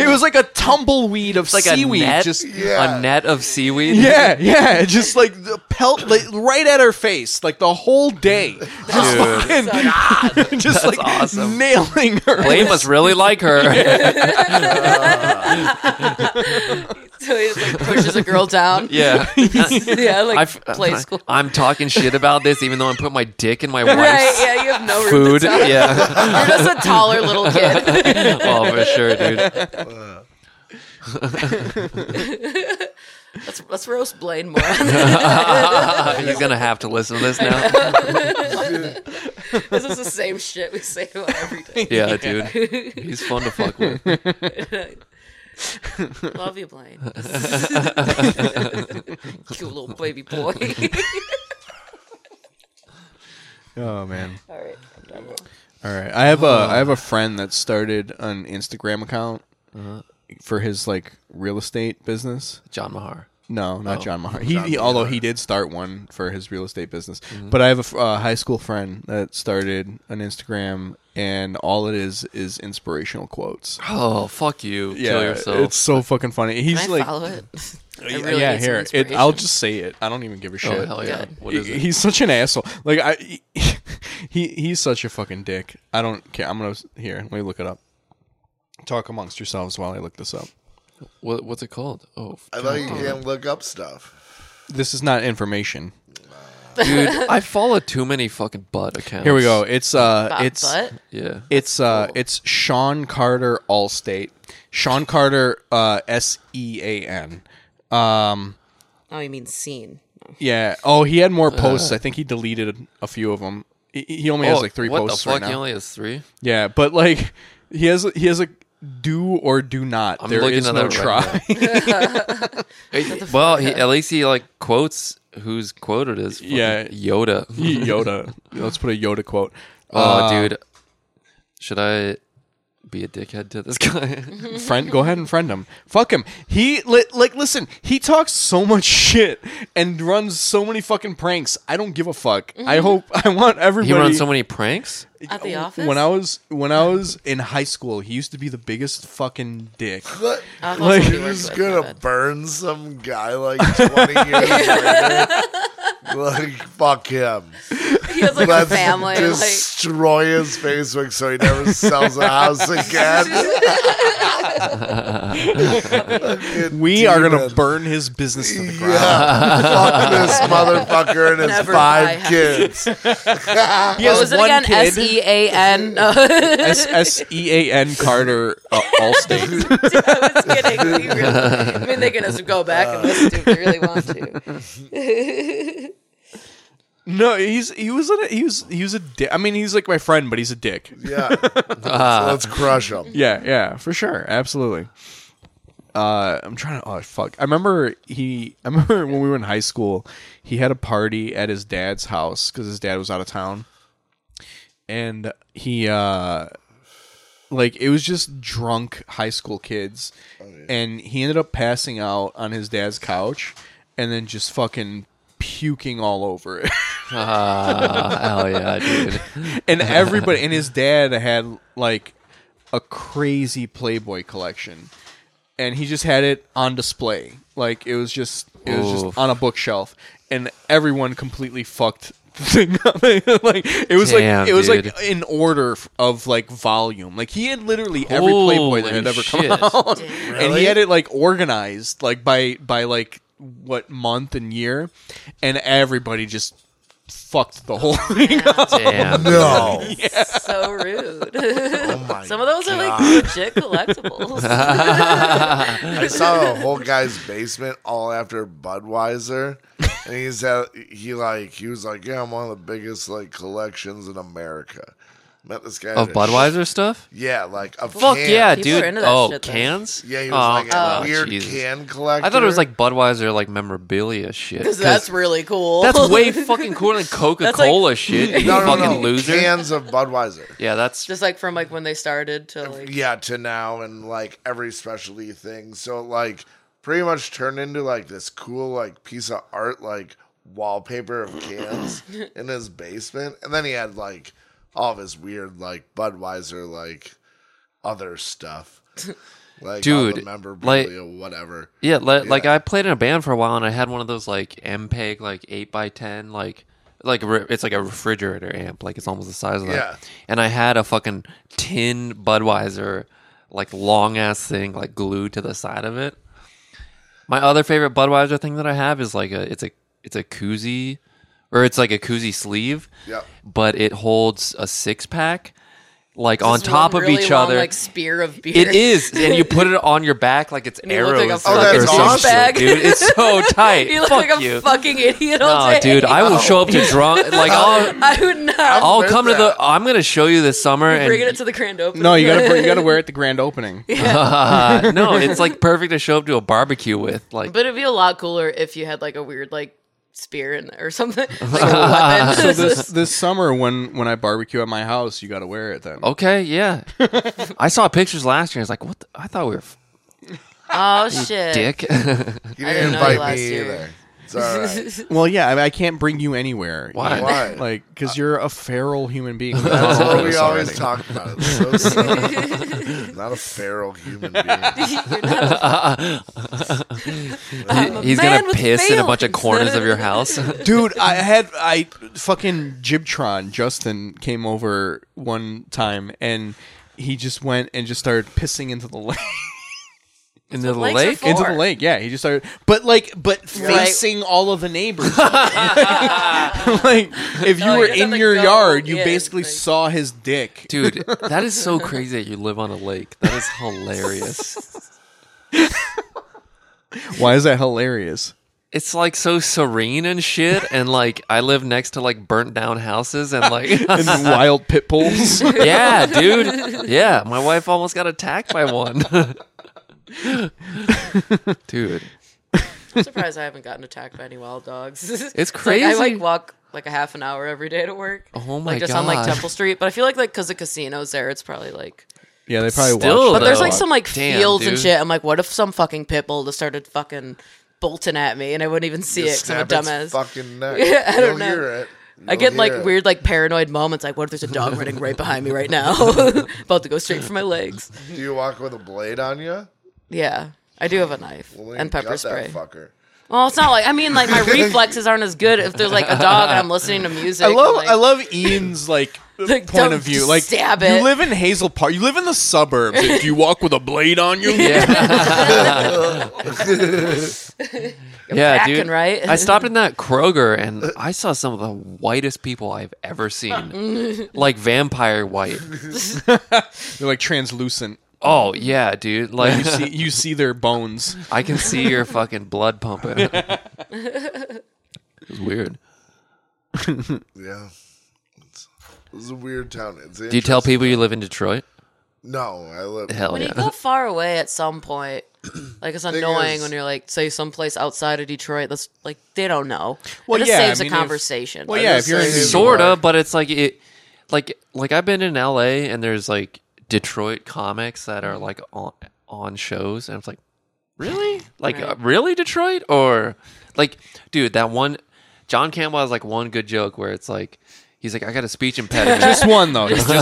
[SPEAKER 1] like it was like a tumbleweed of
[SPEAKER 3] like
[SPEAKER 1] seaweed,
[SPEAKER 3] a net,
[SPEAKER 1] just.
[SPEAKER 2] Yeah.
[SPEAKER 3] a net of seaweed.
[SPEAKER 1] Yeah, yeah, just like the pelt, like right at her face, like the whole day, just fucking, just like
[SPEAKER 3] awesome.
[SPEAKER 1] nailing her.
[SPEAKER 3] Blaine must really like her.
[SPEAKER 4] So he just, like, pushes a girl down.
[SPEAKER 3] yeah.
[SPEAKER 4] yeah, like
[SPEAKER 3] I've-
[SPEAKER 4] play school.
[SPEAKER 3] I'm talking shit about this, even though I'm putting my dick in my wife's
[SPEAKER 4] Right? Yeah, you have no room
[SPEAKER 3] food.
[SPEAKER 4] To talk.
[SPEAKER 3] Yeah.
[SPEAKER 4] You're just a taller little kid.
[SPEAKER 3] oh, for sure, dude.
[SPEAKER 4] Let's, let's roast Blaine more. is
[SPEAKER 3] He's gonna have to listen to this now.
[SPEAKER 4] this is the same shit we say about everything.
[SPEAKER 3] Yeah, dude. He's fun to fuck with.
[SPEAKER 4] Love you, Blaine. Cute little baby boy.
[SPEAKER 1] Oh man.
[SPEAKER 4] All right, I'm done. now.
[SPEAKER 1] All right, I have a I have a friend that started an Instagram account
[SPEAKER 3] Uh-huh.
[SPEAKER 1] for his like real estate business.
[SPEAKER 3] John Mahar.
[SPEAKER 1] No,
[SPEAKER 3] Oh.
[SPEAKER 1] not John Mahar. He, he- although he did start one for his real estate business.
[SPEAKER 3] Mm-hmm.
[SPEAKER 1] But I have a f- uh, high school friend that started an Instagram, and all it is is inspirational quotes.
[SPEAKER 3] Oh, fuck you. Kill
[SPEAKER 1] Yeah,
[SPEAKER 3] yourself.
[SPEAKER 1] it's so fucking funny. He's
[SPEAKER 4] Can I
[SPEAKER 1] like,
[SPEAKER 4] follow it? I
[SPEAKER 1] yeah,
[SPEAKER 4] really
[SPEAKER 1] yeah,
[SPEAKER 4] need some
[SPEAKER 1] here. It, I'll
[SPEAKER 4] inspiration.
[SPEAKER 1] just say it. I don't even give a shit.
[SPEAKER 3] oh, hell yeah.
[SPEAKER 4] Good.
[SPEAKER 3] What is
[SPEAKER 1] He-
[SPEAKER 3] it?
[SPEAKER 1] He's such an asshole. Like I, he, he's such a fucking dick. I don't care. I'm gonna here. Let me look it up. Talk amongst yourselves while I look this up.
[SPEAKER 3] What, what's it called? Oh,
[SPEAKER 2] I thought you can't look up stuff.
[SPEAKER 1] This is not information.
[SPEAKER 3] dude, I follow too many fucking butt accounts.
[SPEAKER 1] Here we go. It's uh,
[SPEAKER 4] Bot
[SPEAKER 1] it's
[SPEAKER 4] butt?
[SPEAKER 3] Yeah.
[SPEAKER 1] it's uh, it's Sean Carter Allstate. Sean Carter uh, S E A N. Um,
[SPEAKER 4] Oh, you mean scene?
[SPEAKER 1] yeah. Oh, he had more
[SPEAKER 3] Uh.
[SPEAKER 1] posts. I think he deleted a few of them. He, he only has like three
[SPEAKER 3] Oh, what
[SPEAKER 1] posts
[SPEAKER 3] the fuck?
[SPEAKER 1] right now.
[SPEAKER 3] He only has three.
[SPEAKER 1] Yeah, but like he has he has a do or do not.
[SPEAKER 3] I'm
[SPEAKER 1] there
[SPEAKER 3] looking
[SPEAKER 1] is
[SPEAKER 3] at
[SPEAKER 1] no
[SPEAKER 3] that
[SPEAKER 1] try.
[SPEAKER 3] right well, he, at least he like quotes who's quoted as fucking
[SPEAKER 1] Yeah.
[SPEAKER 3] Yoda.
[SPEAKER 1] Yoda. Let's put a Yoda quote.
[SPEAKER 3] Oh,
[SPEAKER 2] uh,
[SPEAKER 3] dude, should I be a dickhead to this guy?
[SPEAKER 1] Friend, go ahead and friend him. Fuck him. He li- like listen. He talks so much shit and runs so many fucking pranks. I don't give a fuck. I hope I want everybody.
[SPEAKER 3] Mm-hmm. he runs so many pranks.
[SPEAKER 4] At the office?
[SPEAKER 1] When I was when I was in high school, he used to be the biggest fucking dick.
[SPEAKER 2] But
[SPEAKER 4] I've also
[SPEAKER 1] Like,
[SPEAKER 4] been
[SPEAKER 2] you're
[SPEAKER 4] working
[SPEAKER 2] just
[SPEAKER 4] with
[SPEAKER 2] gonna
[SPEAKER 4] that.
[SPEAKER 2] burn some guy like 20 years later. Like fuck him.
[SPEAKER 4] He has like a
[SPEAKER 2] Let's
[SPEAKER 4] family. Like,
[SPEAKER 2] destroy his Facebook so he never sells a house again.
[SPEAKER 1] We are gonna
[SPEAKER 2] Demon.
[SPEAKER 1] burn his business to the ground.
[SPEAKER 2] Yeah, fuck this motherfucker and his
[SPEAKER 4] Never buy a
[SPEAKER 2] five
[SPEAKER 4] house.
[SPEAKER 2] kids.
[SPEAKER 1] He has
[SPEAKER 4] what was it
[SPEAKER 1] one
[SPEAKER 4] again?
[SPEAKER 1] kid.
[SPEAKER 4] S E A N. No, I
[SPEAKER 1] S S E A N Carter uh, Allstate.
[SPEAKER 4] was kidding. We really- I mean, they can just go back and listen to if they really want to.
[SPEAKER 1] No, he's he was a, he was he was a dick. I mean, he's like my friend, but he's a dick.
[SPEAKER 3] Uh, Ah,
[SPEAKER 2] Yeah, so let's crush him.
[SPEAKER 1] Yeah, yeah, for sure, absolutely. uh, I'm trying to. Oh fuck! I remember he. I remember when we were in high school, he had a party at his dad's house because his dad was out of town, and he, uh, like, it was just drunk high school kids, and he ended up passing out on his dad's couch, and then just fucking puking all over it.
[SPEAKER 3] hell yeah, dude.
[SPEAKER 1] and everybody and his dad had like a crazy Playboy collection, and he just had it on display. Like it was just it was just
[SPEAKER 3] Oof.
[SPEAKER 1] on a bookshelf, and everyone completely fucked the thing up. like it was
[SPEAKER 3] Damn,
[SPEAKER 1] like it was
[SPEAKER 3] dude.
[SPEAKER 1] like in order f- of like volume. Like he had literally every Playboy that had
[SPEAKER 3] Holy
[SPEAKER 1] ever come
[SPEAKER 3] shit.
[SPEAKER 1] out, and
[SPEAKER 2] Really?
[SPEAKER 1] he had it like organized like by by like what month and year, and everybody just fucked the whole thing
[SPEAKER 3] Damn.
[SPEAKER 2] No.
[SPEAKER 4] so rude.
[SPEAKER 2] Oh my
[SPEAKER 4] Some of those are like
[SPEAKER 2] God.
[SPEAKER 4] legit collectibles.
[SPEAKER 2] I saw a whole guy's basement all after Budweiser, and he's at, he like he was like, yeah, I'm one of the biggest like collections in America. Met this guy
[SPEAKER 3] Of
[SPEAKER 2] at a
[SPEAKER 3] Budweiser stuff?
[SPEAKER 2] sh- yeah, like a
[SPEAKER 3] Fuck
[SPEAKER 2] can.
[SPEAKER 3] yeah,
[SPEAKER 4] People are
[SPEAKER 3] dude.
[SPEAKER 4] into that
[SPEAKER 3] Oh,
[SPEAKER 4] shit, though.
[SPEAKER 3] cans?
[SPEAKER 2] yeah. He
[SPEAKER 3] Oh,
[SPEAKER 2] was like a
[SPEAKER 3] oh,
[SPEAKER 2] weird
[SPEAKER 3] Jesus.
[SPEAKER 2] can collector.
[SPEAKER 3] I thought it was like Budweiser, like memorabilia shit.
[SPEAKER 4] 'Cause
[SPEAKER 3] 'cause
[SPEAKER 4] that's really cool.
[SPEAKER 3] that's way fucking cooler than Coca Cola shit. You
[SPEAKER 2] no, no,
[SPEAKER 3] fucking
[SPEAKER 2] no,
[SPEAKER 3] loser.
[SPEAKER 2] Cans of Budweiser.
[SPEAKER 3] Yeah, that's
[SPEAKER 4] Just like from like when they started to like.
[SPEAKER 2] Yeah, to now and like every specialty thing. So like pretty much turned into like this cool like piece of art like wallpaper of cans in his basement. And then he had like all of his weird like Budweiser like other stuff. Like all the
[SPEAKER 3] Dude,
[SPEAKER 2] memorabilia, whatever.
[SPEAKER 3] yeah, li- Like
[SPEAKER 2] Yeah.
[SPEAKER 3] I played in a band for a while, and I had one of those like MPEG, like eight x ten, like like re- it's like a refrigerator amp, like it's almost the size of that.
[SPEAKER 2] Yeah.
[SPEAKER 3] And I had a fucking tin Budweiser, like long ass thing, like glued to the side of it. My other favorite Budweiser thing that I have is like a it's a it's a koozie, or it's like a koozie sleeve.
[SPEAKER 2] Yep.
[SPEAKER 3] But it holds a six pack, like on
[SPEAKER 4] this
[SPEAKER 3] top
[SPEAKER 4] one
[SPEAKER 3] of
[SPEAKER 4] really
[SPEAKER 3] each
[SPEAKER 4] long,
[SPEAKER 3] other.
[SPEAKER 4] like spear of beer.
[SPEAKER 3] It is, and you put it on your back like it's
[SPEAKER 4] you look
[SPEAKER 3] arrows.
[SPEAKER 4] like a
[SPEAKER 3] or
[SPEAKER 2] fucking
[SPEAKER 3] some
[SPEAKER 2] douchebag.
[SPEAKER 3] shit, dude. It's so tight.
[SPEAKER 4] you look
[SPEAKER 3] Fuck
[SPEAKER 4] like a
[SPEAKER 3] you.
[SPEAKER 4] fucking idiot Oh. all
[SPEAKER 3] no,
[SPEAKER 4] day.
[SPEAKER 3] dude, I will show up to drunk. Like I'll,
[SPEAKER 4] I would not.
[SPEAKER 3] I'll
[SPEAKER 2] wear
[SPEAKER 3] come to the.
[SPEAKER 2] that.
[SPEAKER 3] I'm gonna show you this summer. And
[SPEAKER 4] Bringing it to the grand opening.
[SPEAKER 1] No, you gotta br- you gotta wear it at the grand opening.
[SPEAKER 3] uh, no, it's like perfect to show up to a barbecue with. Like,
[SPEAKER 4] But it'd be a lot cooler if you had like a weird like spear in there or something, like a weapon.
[SPEAKER 1] So this this summer when when I barbecue at my house, you gotta wear it then.
[SPEAKER 3] okay, yeah. I saw pictures last year. I was like, what? The, I thought we were f-
[SPEAKER 4] oh shit,
[SPEAKER 3] dick.
[SPEAKER 2] He
[SPEAKER 4] I
[SPEAKER 2] didn't
[SPEAKER 4] didn't know you
[SPEAKER 2] invite
[SPEAKER 4] last
[SPEAKER 2] me
[SPEAKER 4] year.
[SPEAKER 2] either. It's all right.
[SPEAKER 1] Well, yeah, I, mean, I can't bring you anywhere.
[SPEAKER 3] Why?
[SPEAKER 2] Why? Oh,
[SPEAKER 1] Like, because you're a feral human being. That's
[SPEAKER 2] That's what we
[SPEAKER 1] this already.
[SPEAKER 2] always talk about. It's so silly. Not a feral human being.
[SPEAKER 4] You're not a- I'm a
[SPEAKER 3] He's
[SPEAKER 4] man
[SPEAKER 3] gonna
[SPEAKER 4] with
[SPEAKER 3] piss in a bunch of
[SPEAKER 4] feelings.
[SPEAKER 3] corners of your house.
[SPEAKER 1] Dude, I had I fucking Jibtron Justin came over one time and he just went and just started pissing into the lake.
[SPEAKER 3] Into the
[SPEAKER 4] lakes are
[SPEAKER 3] lake.
[SPEAKER 4] for.
[SPEAKER 3] Into-
[SPEAKER 1] Into the lake, yeah. He just started, but like, but facing all of the neighbors. like, if you
[SPEAKER 4] Oh,
[SPEAKER 1] were
[SPEAKER 4] he doesn't
[SPEAKER 1] in your
[SPEAKER 4] go
[SPEAKER 1] yard, you
[SPEAKER 4] in,
[SPEAKER 1] basically
[SPEAKER 4] like-
[SPEAKER 1] saw his dick.
[SPEAKER 3] Dude, that is so crazy that you live on a lake. That is hilarious.
[SPEAKER 1] Why is that hilarious?
[SPEAKER 3] it's like so serene and shit and like i live next to like burnt down houses and like
[SPEAKER 1] And wild pit bulls.
[SPEAKER 3] yeah dude yeah my wife almost got attacked by one dude
[SPEAKER 4] I'm surprised I haven't gotten attacked by any wild dogs. It's,
[SPEAKER 3] crazy.
[SPEAKER 4] Like, I like walk like a half an hour every day to work.
[SPEAKER 3] Oh my
[SPEAKER 4] like, just on like
[SPEAKER 3] God.
[SPEAKER 4] Temple Street, but I feel like like because the casinos there, it's probably like.
[SPEAKER 1] yeah, they probably
[SPEAKER 3] Still,
[SPEAKER 1] watched
[SPEAKER 4] But
[SPEAKER 1] that
[SPEAKER 4] there's
[SPEAKER 1] a
[SPEAKER 4] like
[SPEAKER 1] lot.
[SPEAKER 4] some like
[SPEAKER 3] Damn,
[SPEAKER 4] fields and
[SPEAKER 3] dude.
[SPEAKER 4] shit. I'm like, what if some fucking pit bull just started fucking bolting at me and I wouldn't even see it because I'm a
[SPEAKER 2] Snap its
[SPEAKER 4] dumbass.
[SPEAKER 2] Fucking neck.
[SPEAKER 4] Yeah, I
[SPEAKER 2] You'll
[SPEAKER 4] don't know.
[SPEAKER 2] hear it.
[SPEAKER 4] I
[SPEAKER 2] You'll
[SPEAKER 4] get
[SPEAKER 2] hear
[SPEAKER 4] like
[SPEAKER 2] it.
[SPEAKER 4] weird, like paranoid moments. Like, what if there's a dog running right behind me right now, about to go straight for my legs?
[SPEAKER 2] Do you walk with a blade on you?
[SPEAKER 4] Yeah, I do have a knife
[SPEAKER 2] Well, then
[SPEAKER 4] and
[SPEAKER 2] you
[SPEAKER 4] pepper
[SPEAKER 2] got
[SPEAKER 4] spray.
[SPEAKER 2] That fucker.
[SPEAKER 4] Well, it's not like I mean, like my reflexes aren't as good if there's like a dog and I'm listening to music.
[SPEAKER 1] I love
[SPEAKER 4] like,
[SPEAKER 1] I love Ian's like,
[SPEAKER 4] Like,
[SPEAKER 1] point
[SPEAKER 4] don't
[SPEAKER 1] of view. Like
[SPEAKER 4] stab
[SPEAKER 1] you
[SPEAKER 4] it.
[SPEAKER 1] live in Hazel Park. You live in the suburbs. If you walk with a blade on you,
[SPEAKER 3] yeah yeah
[SPEAKER 4] Packing,
[SPEAKER 3] dude
[SPEAKER 4] right?
[SPEAKER 3] i stopped in that kroger and i saw some of the whitest people i've ever seen like vampire white
[SPEAKER 1] they're like translucent.
[SPEAKER 3] oh yeah dude
[SPEAKER 1] You
[SPEAKER 3] like
[SPEAKER 1] see you see their bones.
[SPEAKER 3] I can see your fucking blood pumping. it was weird.
[SPEAKER 2] Yeah. It's, it's a weird town. It's
[SPEAKER 3] Do you tell people you live in Detroit?
[SPEAKER 2] No, I live.
[SPEAKER 3] Hell
[SPEAKER 4] When you
[SPEAKER 3] yeah.
[SPEAKER 4] go far away at some point, Like it's
[SPEAKER 2] Thing
[SPEAKER 4] annoying
[SPEAKER 2] is-
[SPEAKER 4] when you're like, say, someplace outside of Detroit. That's like they don't know.
[SPEAKER 1] Well,
[SPEAKER 4] it just
[SPEAKER 1] yeah, I
[SPEAKER 4] saves
[SPEAKER 1] mean,
[SPEAKER 4] a
[SPEAKER 1] if-
[SPEAKER 4] conversation.
[SPEAKER 1] well, yeah,
[SPEAKER 2] just
[SPEAKER 1] if you're in
[SPEAKER 2] saying-
[SPEAKER 1] New
[SPEAKER 3] sort
[SPEAKER 2] York.
[SPEAKER 3] of but it's like it like like i've been in la and there's like detroit comics that are like on on shows and it's like really like
[SPEAKER 4] Right.
[SPEAKER 3] uh, really detroit or like dude that one john campbell has like one good joke where it's like he's like i got a speech impediment
[SPEAKER 1] just one though. Just one.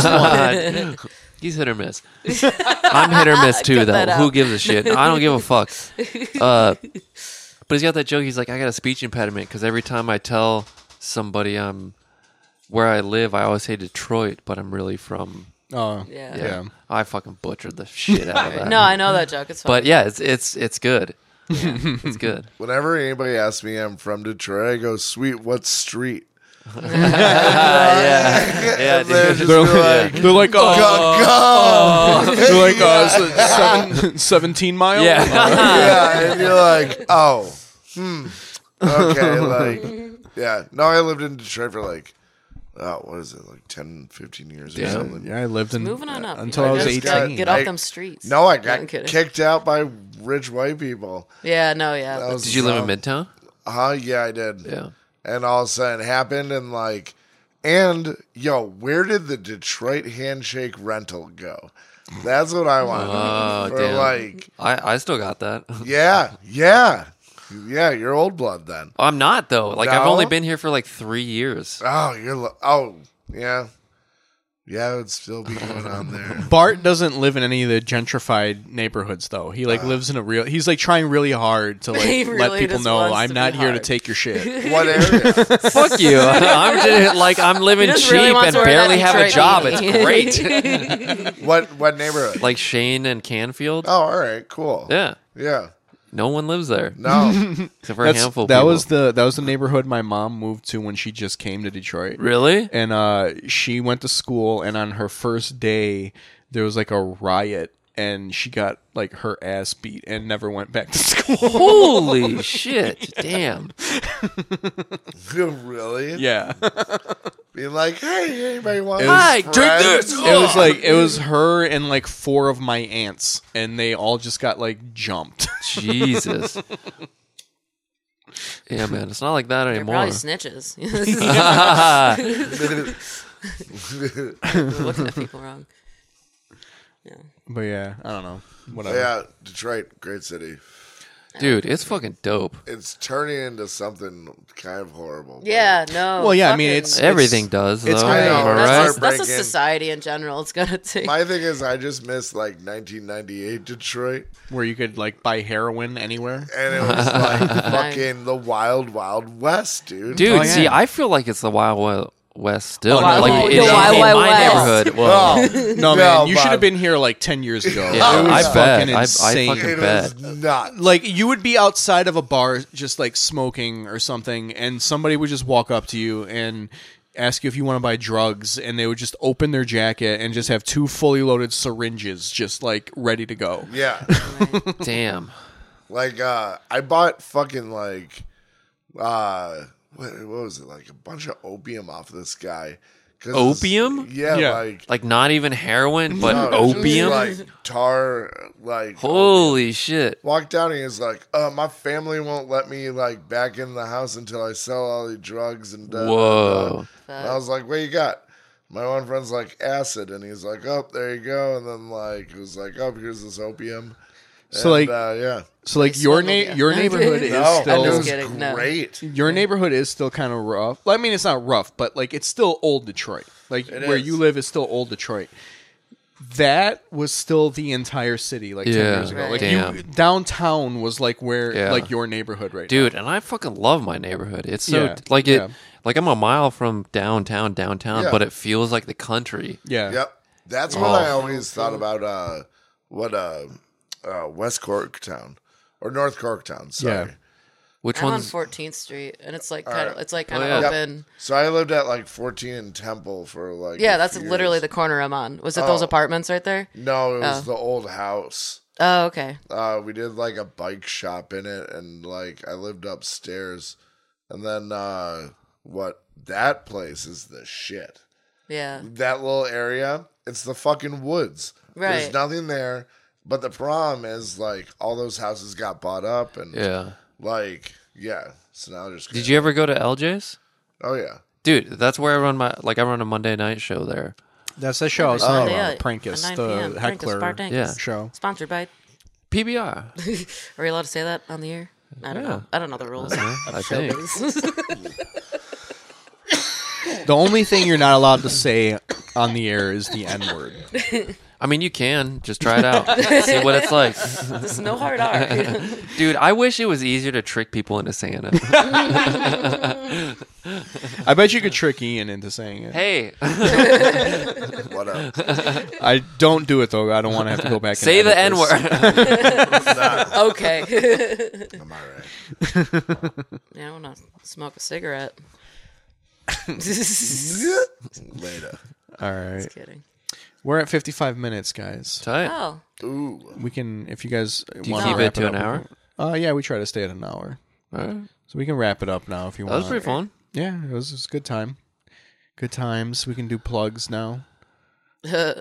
[SPEAKER 3] God. He's hit or miss. I'm hit or miss too,
[SPEAKER 4] Cut
[SPEAKER 3] though.
[SPEAKER 4] that out.
[SPEAKER 3] Who gives a shit? I don't give a fuck. Uh, but he's got that joke. He's like, I got a speech impediment because every time I tell somebody I'm where I live, I always say Detroit, but I'm really from.
[SPEAKER 1] Oh,
[SPEAKER 4] Yeah.
[SPEAKER 3] Yeah,
[SPEAKER 1] Yeah.
[SPEAKER 3] I fucking butchered the shit out of that.
[SPEAKER 4] No, I know that joke. It's funny.
[SPEAKER 3] but yeah, it's it's it's good. it's good.
[SPEAKER 2] Whenever anybody asks me I'm from Detroit, I go, "Sweet, what street?"
[SPEAKER 3] Yeah,
[SPEAKER 2] And they're
[SPEAKER 3] dude.
[SPEAKER 2] just
[SPEAKER 1] They're
[SPEAKER 2] be like,
[SPEAKER 1] like, they're like,
[SPEAKER 4] Oh,
[SPEAKER 2] "Go,
[SPEAKER 1] uh,
[SPEAKER 2] go!"
[SPEAKER 1] they're like, uh, se- seven, 17 mile.
[SPEAKER 3] yeah.
[SPEAKER 4] Oh.
[SPEAKER 2] yeah, and you're like, "Oh, hmm, okay." Like, yeah. No, I lived in Detroit for like, oh, what is it, like 10, 15 years or
[SPEAKER 3] Damn.
[SPEAKER 2] something.
[SPEAKER 1] Yeah, I lived in
[SPEAKER 4] moving on up
[SPEAKER 1] until
[SPEAKER 4] you
[SPEAKER 1] I was
[SPEAKER 4] just
[SPEAKER 2] just
[SPEAKER 4] gotta
[SPEAKER 1] 18.
[SPEAKER 4] Get off
[SPEAKER 2] I-
[SPEAKER 4] them streets.
[SPEAKER 2] No, I
[SPEAKER 4] I'm
[SPEAKER 2] got
[SPEAKER 4] kidding.
[SPEAKER 2] kicked out by rich white people.
[SPEAKER 4] Yeah, no, yeah.
[SPEAKER 2] That was-
[SPEAKER 3] Did you live in Midtown?
[SPEAKER 2] Huh? Uh-huh, Yeah, I did.
[SPEAKER 3] Yeah.
[SPEAKER 2] and all of a sudden it happened and like and yo where did the detroit handshake rental go that's what i want
[SPEAKER 3] Oh,
[SPEAKER 2] for
[SPEAKER 3] damn.
[SPEAKER 2] like
[SPEAKER 3] I, I still got that.
[SPEAKER 2] yeah yeah yeah you're old blood then
[SPEAKER 3] I'm not though. Like I've
[SPEAKER 2] No?
[SPEAKER 3] only been here for like three years.
[SPEAKER 2] oh you're lo- oh yeah yeah it would still be going on there
[SPEAKER 1] Bart doesn't live in any of the gentrified neighborhoods though. He
[SPEAKER 3] Uh.
[SPEAKER 1] like lives in a real. He's like trying really hard to like
[SPEAKER 4] He
[SPEAKER 1] let
[SPEAKER 4] really
[SPEAKER 1] people
[SPEAKER 4] just
[SPEAKER 1] know
[SPEAKER 4] wants
[SPEAKER 1] I'm
[SPEAKER 4] to
[SPEAKER 1] not
[SPEAKER 4] be
[SPEAKER 1] here to
[SPEAKER 4] hard."
[SPEAKER 1] take your shit.
[SPEAKER 2] what area
[SPEAKER 3] Fuck you. I'm just, like I'm living
[SPEAKER 4] He just
[SPEAKER 3] cheap
[SPEAKER 4] really wants
[SPEAKER 3] and
[SPEAKER 4] to wear that
[SPEAKER 3] barely have a
[SPEAKER 4] Detroit
[SPEAKER 3] job. It's
[SPEAKER 4] beanie.
[SPEAKER 3] great.
[SPEAKER 2] what what neighborhood
[SPEAKER 3] like Shane and Canfield.
[SPEAKER 2] oh all right cool
[SPEAKER 3] Yeah.
[SPEAKER 2] yeah
[SPEAKER 3] No one lives there
[SPEAKER 2] no
[SPEAKER 3] except for a
[SPEAKER 1] That's,
[SPEAKER 3] handful. of
[SPEAKER 1] that
[SPEAKER 3] people.
[SPEAKER 1] was the that was the neighborhood my mom moved to when she just came to Detroit.
[SPEAKER 3] really.
[SPEAKER 1] And uh, she went to school, and on her first day, there was like a riot, and she got like her ass beat and never went back to school.
[SPEAKER 3] Holy shit! Damn.
[SPEAKER 2] really
[SPEAKER 1] yeah.
[SPEAKER 2] being like hey anybody want
[SPEAKER 1] was-
[SPEAKER 3] Hi, drink
[SPEAKER 2] friends?
[SPEAKER 3] this. Oh.
[SPEAKER 1] it was like it was her and like four of my aunts and they all just got like jumped
[SPEAKER 3] Jesus. Yeah, man. It's not like that
[SPEAKER 4] They're
[SPEAKER 3] anymore.
[SPEAKER 4] probably snitches. Looking at people wrong.
[SPEAKER 1] but yeah i don't know whatever
[SPEAKER 2] yeah detroit great city
[SPEAKER 3] Dude, it's fucking dope.
[SPEAKER 2] it's turning into something kind of horrible.
[SPEAKER 4] Yeah, no.
[SPEAKER 1] Well, yeah, I mean,
[SPEAKER 4] fucking-
[SPEAKER 1] it's-
[SPEAKER 3] Everything does.
[SPEAKER 1] it's
[SPEAKER 3] though.
[SPEAKER 1] kind
[SPEAKER 2] of-
[SPEAKER 3] Am I
[SPEAKER 2] that's
[SPEAKER 3] right?
[SPEAKER 4] that's, just, that's just
[SPEAKER 2] Heartbreaking.
[SPEAKER 4] society in general. It's gonna take.
[SPEAKER 2] My thing is, I just missed like 1998 Detroit,
[SPEAKER 1] where you could like buy heroin anywhere
[SPEAKER 2] and it was like fucking the wild, wild west, dude.
[SPEAKER 3] Dude,
[SPEAKER 1] Oh, yeah.
[SPEAKER 3] see, I feel like it's the Wild Wild West still.
[SPEAKER 1] no.
[SPEAKER 3] like
[SPEAKER 1] Oh, the
[SPEAKER 3] it is
[SPEAKER 1] Wild
[SPEAKER 3] in
[SPEAKER 4] Wild
[SPEAKER 3] my
[SPEAKER 4] West.
[SPEAKER 3] neighborhood. Well,
[SPEAKER 2] Oh,
[SPEAKER 1] no man you
[SPEAKER 2] Bob.
[SPEAKER 1] should have been here like 10 years ago
[SPEAKER 3] Yeah,
[SPEAKER 1] it was
[SPEAKER 3] I bet.
[SPEAKER 1] fucking
[SPEAKER 3] I- I
[SPEAKER 1] insane
[SPEAKER 3] fucking-
[SPEAKER 2] It
[SPEAKER 3] bad.
[SPEAKER 2] was nuts.
[SPEAKER 1] like you would be outside of a bar just like smoking or something and somebody would just walk up to you and ask you if you want to buy drugs and they would just open their jacket and just have two fully loaded syringes just like ready to go
[SPEAKER 2] Yeah,
[SPEAKER 1] Oh.
[SPEAKER 3] damn.
[SPEAKER 2] like uh, I bought fucking like, uh, what, what was it? Like a bunch of opium off this guy. 'Cause it's-
[SPEAKER 3] Opium?
[SPEAKER 2] Yeah,
[SPEAKER 1] Yeah.
[SPEAKER 2] like
[SPEAKER 3] Like not even heroin, but
[SPEAKER 2] no, it's just,
[SPEAKER 3] opium.
[SPEAKER 2] Oh, like tar, like
[SPEAKER 3] Holy shit!
[SPEAKER 2] walked down and he was like, uh, my family won't let me like back in the house until I sell all the drugs and da, da, da."
[SPEAKER 3] Whoa.
[SPEAKER 2] And I was like, What you got? My one friend's like acid and he's like, Oh, there you go and then like it was like, Oh, here's this opium.
[SPEAKER 1] So, like-
[SPEAKER 2] And, uh, yeah.
[SPEAKER 1] so like
[SPEAKER 4] They
[SPEAKER 1] your
[SPEAKER 4] swindled
[SPEAKER 1] na-
[SPEAKER 4] you.
[SPEAKER 1] your neighborhood is
[SPEAKER 2] No,
[SPEAKER 1] still
[SPEAKER 2] it
[SPEAKER 4] just
[SPEAKER 2] was
[SPEAKER 4] kidding, no.
[SPEAKER 2] great.
[SPEAKER 1] Your neighborhood is still kind of rough. Well, I mean, it's not rough, but like it's still old Detroit. Like
[SPEAKER 2] It
[SPEAKER 1] where
[SPEAKER 2] is.
[SPEAKER 1] you live is still old Detroit. That was still the entire city like ten
[SPEAKER 3] Yeah.
[SPEAKER 1] years ago.
[SPEAKER 4] Right.
[SPEAKER 1] Like you,
[SPEAKER 3] Damn.
[SPEAKER 1] downtown was like where
[SPEAKER 3] Yeah.
[SPEAKER 1] like your neighborhood right
[SPEAKER 3] Dude, and I fucking love my neighborhood. It's so
[SPEAKER 1] Yeah,
[SPEAKER 3] like it
[SPEAKER 1] yeah.
[SPEAKER 3] like I'm a mile from downtown, downtown,
[SPEAKER 2] Yeah.
[SPEAKER 3] but it feels like the country.
[SPEAKER 1] now. Yeah.
[SPEAKER 2] Yep. That's what
[SPEAKER 3] Oh.
[SPEAKER 2] I always thought about uh what uh, uh West Corktown or North Corktown, sorry.
[SPEAKER 1] Yeah.
[SPEAKER 3] Which
[SPEAKER 4] I'm on
[SPEAKER 3] one's
[SPEAKER 4] 14th Street, and it's like kind of it's like
[SPEAKER 1] Oh,
[SPEAKER 4] kind of
[SPEAKER 3] yeah. Yep.
[SPEAKER 4] open.
[SPEAKER 2] So I lived at like 14 in Temple for like
[SPEAKER 4] Yeah,
[SPEAKER 2] a
[SPEAKER 4] that's
[SPEAKER 2] few
[SPEAKER 4] literally
[SPEAKER 2] years.
[SPEAKER 4] the corner I'm on. Was it those
[SPEAKER 2] Oh.
[SPEAKER 4] apartments right there?
[SPEAKER 2] No, it was
[SPEAKER 4] Oh.
[SPEAKER 2] the old house.
[SPEAKER 4] Oh, okay.
[SPEAKER 2] Uh, we did like a bike shop in it, and like I lived upstairs. And then uh, what? That place is the shit.
[SPEAKER 4] Yeah.
[SPEAKER 2] That little area, it's the fucking woods. There's
[SPEAKER 4] Right.
[SPEAKER 2] nothing there. But the problem is like all those houses got bought up and
[SPEAKER 3] Yeah.
[SPEAKER 2] like yeah. So now there's
[SPEAKER 3] Did you ever go to LJ's?
[SPEAKER 2] Oh yeah.
[SPEAKER 3] Dude, that's where I run my like I run a Monday night show there.
[SPEAKER 1] That's the show. I was
[SPEAKER 4] Oh.
[SPEAKER 1] talking
[SPEAKER 4] Yeah,
[SPEAKER 1] about. Prankus,
[SPEAKER 4] at 9 p.m.
[SPEAKER 1] the
[SPEAKER 4] Prankus
[SPEAKER 1] heckler
[SPEAKER 4] Bar Dankus.
[SPEAKER 3] Yeah.
[SPEAKER 1] show.
[SPEAKER 4] Sponsored by.
[SPEAKER 3] PBR.
[SPEAKER 4] Are we allowed to say that on the air? I don't know. I don't know the rules.
[SPEAKER 3] I think.
[SPEAKER 1] The only thing you're not allowed to say on the air is the N word.
[SPEAKER 3] I mean, you can just try it out, see what it's like,
[SPEAKER 4] There's no hard R.
[SPEAKER 3] dude. I wish it was easier to trick people into saying it.
[SPEAKER 1] I bet you could trick Ian into saying it.
[SPEAKER 3] hey,
[SPEAKER 2] What up?
[SPEAKER 1] I don't do it though. I don't want to have to go back. and
[SPEAKER 3] say the N
[SPEAKER 1] edit this.
[SPEAKER 3] word.
[SPEAKER 4] okay.
[SPEAKER 2] Am I right?
[SPEAKER 4] yeah, I want to smoke a cigarette.
[SPEAKER 2] Later.
[SPEAKER 1] All right,
[SPEAKER 4] Kidding.
[SPEAKER 1] we're at 55 minutes, guys.
[SPEAKER 3] Tight.
[SPEAKER 4] Oh,
[SPEAKER 2] Ooh.
[SPEAKER 1] We can, if you guys
[SPEAKER 3] Do you
[SPEAKER 1] want
[SPEAKER 3] keep
[SPEAKER 1] to
[SPEAKER 3] it to an hour?
[SPEAKER 1] Uh, yeah, we try to stay at an hour,
[SPEAKER 3] All right.
[SPEAKER 1] so we can wrap it up now if you
[SPEAKER 3] That
[SPEAKER 1] want.
[SPEAKER 3] was pretty fun.
[SPEAKER 1] Yeah, it was, it was a good time. Good times. We can do plugs now.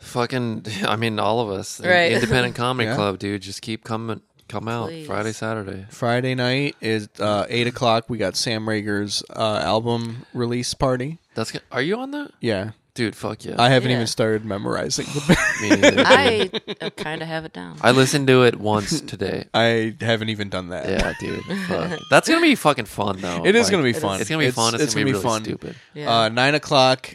[SPEAKER 3] Fucking, I mean, all of us. The
[SPEAKER 4] Right.
[SPEAKER 3] Independent Comedy
[SPEAKER 1] Yeah.
[SPEAKER 3] Club, dude. Just keep coming, come out
[SPEAKER 4] Please.
[SPEAKER 3] Friday, Saturday.
[SPEAKER 1] Friday night is uh, eight o'clock. We got Sam Rager's uh, album release party.
[SPEAKER 3] That's go- are you on that,
[SPEAKER 1] Yeah,
[SPEAKER 3] dude? Fuck Oh, yeah.
[SPEAKER 1] I haven't
[SPEAKER 4] Yeah.
[SPEAKER 1] even started memorizing. The
[SPEAKER 3] Me neither, dude. I,
[SPEAKER 4] I uh, kind of have it down.
[SPEAKER 3] listened to it once today.
[SPEAKER 1] I haven't even done that.
[SPEAKER 3] Yeah, dude. Fuck. That's gonna be fucking fun though.
[SPEAKER 1] It is
[SPEAKER 3] Like,
[SPEAKER 1] going to be fun.
[SPEAKER 3] It's gonna be fun. It's, gonna, be, really
[SPEAKER 1] fun.
[SPEAKER 3] stupid.
[SPEAKER 4] Yeah.
[SPEAKER 1] Uh, Nine o'clock.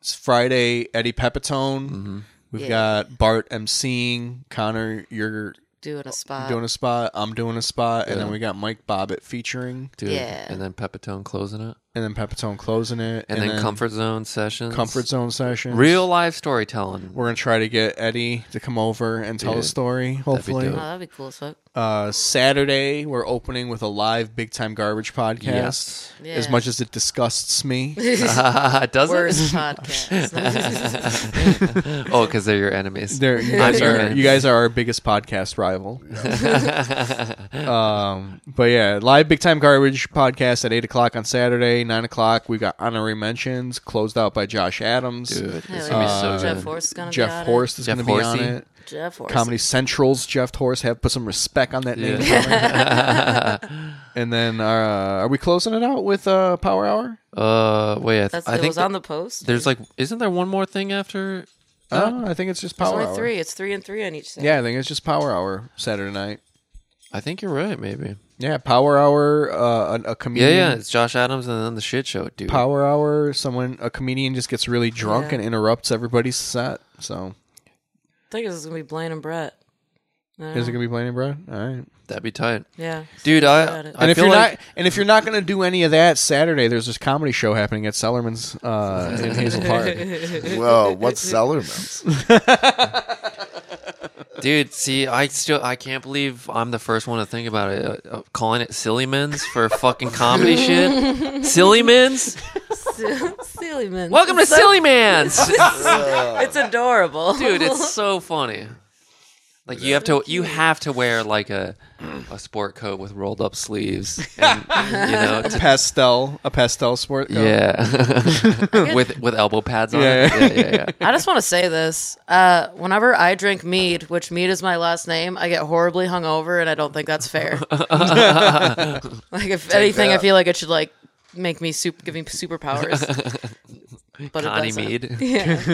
[SPEAKER 1] It's Friday. Eddie Pepitone.
[SPEAKER 3] Mm-hmm.
[SPEAKER 1] We've
[SPEAKER 4] Yeah.
[SPEAKER 1] got Bart emceeing. Connor, you're
[SPEAKER 4] Doing a spot.
[SPEAKER 1] doing a spot. I'm doing a spot. And then we got Mike Bobbitt featuring,
[SPEAKER 3] Dude.
[SPEAKER 4] Yeah.
[SPEAKER 3] And then Pepitone closing it.
[SPEAKER 1] and then Pepitone closing it,
[SPEAKER 3] And, then, comfort zone sessions.
[SPEAKER 1] comfort zone session.
[SPEAKER 3] Real live storytelling.
[SPEAKER 1] We're gonna try to get Eddie to come over and tell a
[SPEAKER 3] Dude,
[SPEAKER 1] story.
[SPEAKER 3] be
[SPEAKER 1] Hopefully,
[SPEAKER 4] oh,
[SPEAKER 3] dope.
[SPEAKER 4] that'd be cool as fuck.
[SPEAKER 1] uh, Saturday we're opening with a live Big Time Garbage podcast.
[SPEAKER 3] Yes.
[SPEAKER 1] As
[SPEAKER 4] Yeah.
[SPEAKER 1] much as Oh, it disgusts me,
[SPEAKER 3] it doesn't.
[SPEAKER 4] Worst podcast.
[SPEAKER 3] Oh, because they're your enemies.
[SPEAKER 1] There, you
[SPEAKER 3] I'm
[SPEAKER 1] guys
[SPEAKER 3] your
[SPEAKER 1] are
[SPEAKER 3] enemy.
[SPEAKER 1] you guys are our biggest podcast rival. um, but yeah, live big time garbage podcast at eight o'clock on Saturday, nine o'clock. We got honorary mentions closed out by Josh Adams.
[SPEAKER 3] Dude, it's
[SPEAKER 4] Hell
[SPEAKER 3] gonna be
[SPEAKER 4] yeah.
[SPEAKER 3] so
[SPEAKER 4] Jeff
[SPEAKER 3] good.
[SPEAKER 4] Horst's gonna be
[SPEAKER 1] Uh, Jeff
[SPEAKER 4] on
[SPEAKER 1] Horst is
[SPEAKER 3] Jeff
[SPEAKER 1] going to be on
[SPEAKER 3] Horsey.
[SPEAKER 1] it.
[SPEAKER 4] It. Jeff Horst.
[SPEAKER 1] Comedy Central's Jeff Horst have put some respect on that name. and then uh, are we closing it out with uh, Power Hour?
[SPEAKER 3] Uh, wait. I, th-
[SPEAKER 4] That's,
[SPEAKER 3] I
[SPEAKER 4] it
[SPEAKER 3] think
[SPEAKER 4] was on the post.
[SPEAKER 3] there's like, isn't there one more thing after?
[SPEAKER 1] Uh, I think it's just
[SPEAKER 4] There's
[SPEAKER 1] Power
[SPEAKER 4] only
[SPEAKER 1] Hour.
[SPEAKER 4] three. It's three and three on each side.
[SPEAKER 1] Yeah, I think it's just Power Hour Saturday night.
[SPEAKER 3] I think you're right. Maybe.
[SPEAKER 1] Yeah, Power Hour, uh, a, a
[SPEAKER 3] Yeah,
[SPEAKER 1] comedian
[SPEAKER 3] yeah. It's Josh Adams and then the shit show, dude.
[SPEAKER 1] power hour someone a comedian just gets really drunk
[SPEAKER 4] Yeah.
[SPEAKER 1] and interrupts everybody's set so
[SPEAKER 4] I think this is gonna be Blaine and Brett. I
[SPEAKER 1] is
[SPEAKER 4] don't
[SPEAKER 1] it
[SPEAKER 4] know.
[SPEAKER 1] gonna be Blaine and Brett? all right
[SPEAKER 3] That'd be tight,
[SPEAKER 4] yeah.
[SPEAKER 3] dude. I,
[SPEAKER 4] Got it.
[SPEAKER 3] I
[SPEAKER 1] and if
[SPEAKER 3] feel
[SPEAKER 1] you're
[SPEAKER 3] like
[SPEAKER 1] not and if you're not gonna do any of that saturday there's this comedy show happening at sellerman's uh in hazel park
[SPEAKER 2] Whoa, what's Sellerman's?
[SPEAKER 3] Dude, see, I still I can't believe I'm the first one to think about it. Uh, uh, calling it Sillymans for fucking comedy shit. Sillymans?
[SPEAKER 4] Silly man.
[SPEAKER 3] Welcome to Sillymans.
[SPEAKER 4] It's adorable.
[SPEAKER 3] Dude, it's so funny. Like you have to you have to wear like a a sport coat with rolled up sleeves and you know to,
[SPEAKER 1] pastel a pastel sport coat.
[SPEAKER 3] yeah. with with elbow pads on.
[SPEAKER 1] Yeah,
[SPEAKER 3] it.
[SPEAKER 1] yeah.
[SPEAKER 3] yeah, yeah. yeah.
[SPEAKER 4] I just want to say this. Uh, whenever I drink mead, which mead is my last name, I get horribly hungover, and I don't think that's fair. like if anything, I
[SPEAKER 2] that.
[SPEAKER 4] feel like it should like make me sup- give me superpowers. but
[SPEAKER 3] Connie
[SPEAKER 4] doesn't.
[SPEAKER 3] Mead.
[SPEAKER 4] Yeah.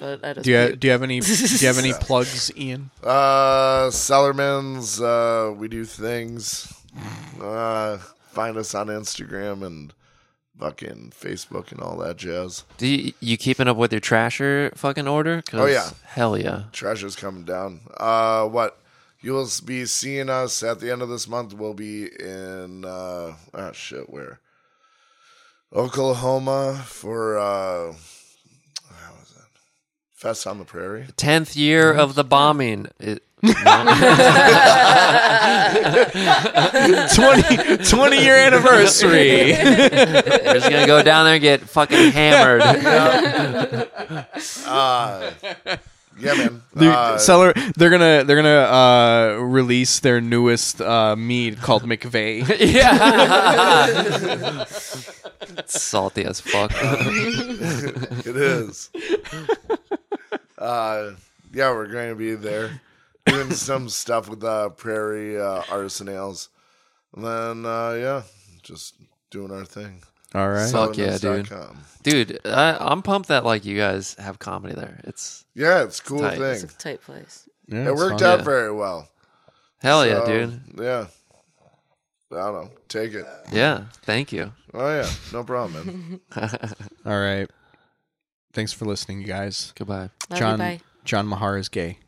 [SPEAKER 4] but I just
[SPEAKER 1] do you
[SPEAKER 4] puke.
[SPEAKER 1] do you have any do you have any plugs ian
[SPEAKER 2] Uh, Sellerman's. Uh, we do things. Uh, find us on Instagram and fucking Facebook and all that jazz.
[SPEAKER 3] Do you, you keeping up with your trasher fucking order? 'Cause
[SPEAKER 2] Oh, yeah.
[SPEAKER 3] Hell yeah.
[SPEAKER 2] Treasure's coming down. Uh, what? You will be seeing us at the end of this month. We'll be in uh, ah shit, where? Oklahoma for uh, how was that? Fest on the Prairie.
[SPEAKER 3] tenth year of the bombing. It,
[SPEAKER 1] Twenty twenty year anniversary
[SPEAKER 3] we're just gonna go down there and get fucking hammered.
[SPEAKER 2] Uh, Yeah, man.
[SPEAKER 1] They're,
[SPEAKER 2] Uh,
[SPEAKER 1] seller, they're gonna they're gonna uh, release their newest uh, mead called McVeigh.
[SPEAKER 3] yeah, It's salty as fuck.
[SPEAKER 2] it is. uh, yeah, we're going to be there. doing some stuff with uh, prairie uh, arsenals. And then, uh, yeah, just doing our thing.
[SPEAKER 1] All right.
[SPEAKER 3] So- Fuck yeah,
[SPEAKER 2] Sourness.com.
[SPEAKER 3] dude. I, I'm pumped that like you guys have comedy there. It's
[SPEAKER 2] Yeah, it's a cool
[SPEAKER 3] Tight.
[SPEAKER 4] It's a
[SPEAKER 2] thing.
[SPEAKER 4] tight place.
[SPEAKER 1] Yeah,
[SPEAKER 2] It
[SPEAKER 1] it's
[SPEAKER 2] worked
[SPEAKER 1] fun.
[SPEAKER 2] out
[SPEAKER 3] Yeah.
[SPEAKER 2] very well.
[SPEAKER 3] hell yeah,
[SPEAKER 2] So,
[SPEAKER 3] dude.
[SPEAKER 2] Yeah. I don't know. Take it.
[SPEAKER 3] Yeah, thank you.
[SPEAKER 2] Oh, yeah. No problem, man.
[SPEAKER 1] All right. Thanks for listening, you guys.
[SPEAKER 3] Goodbye.
[SPEAKER 4] Love you,
[SPEAKER 1] John
[SPEAKER 4] bye.
[SPEAKER 1] John Mahar is gay.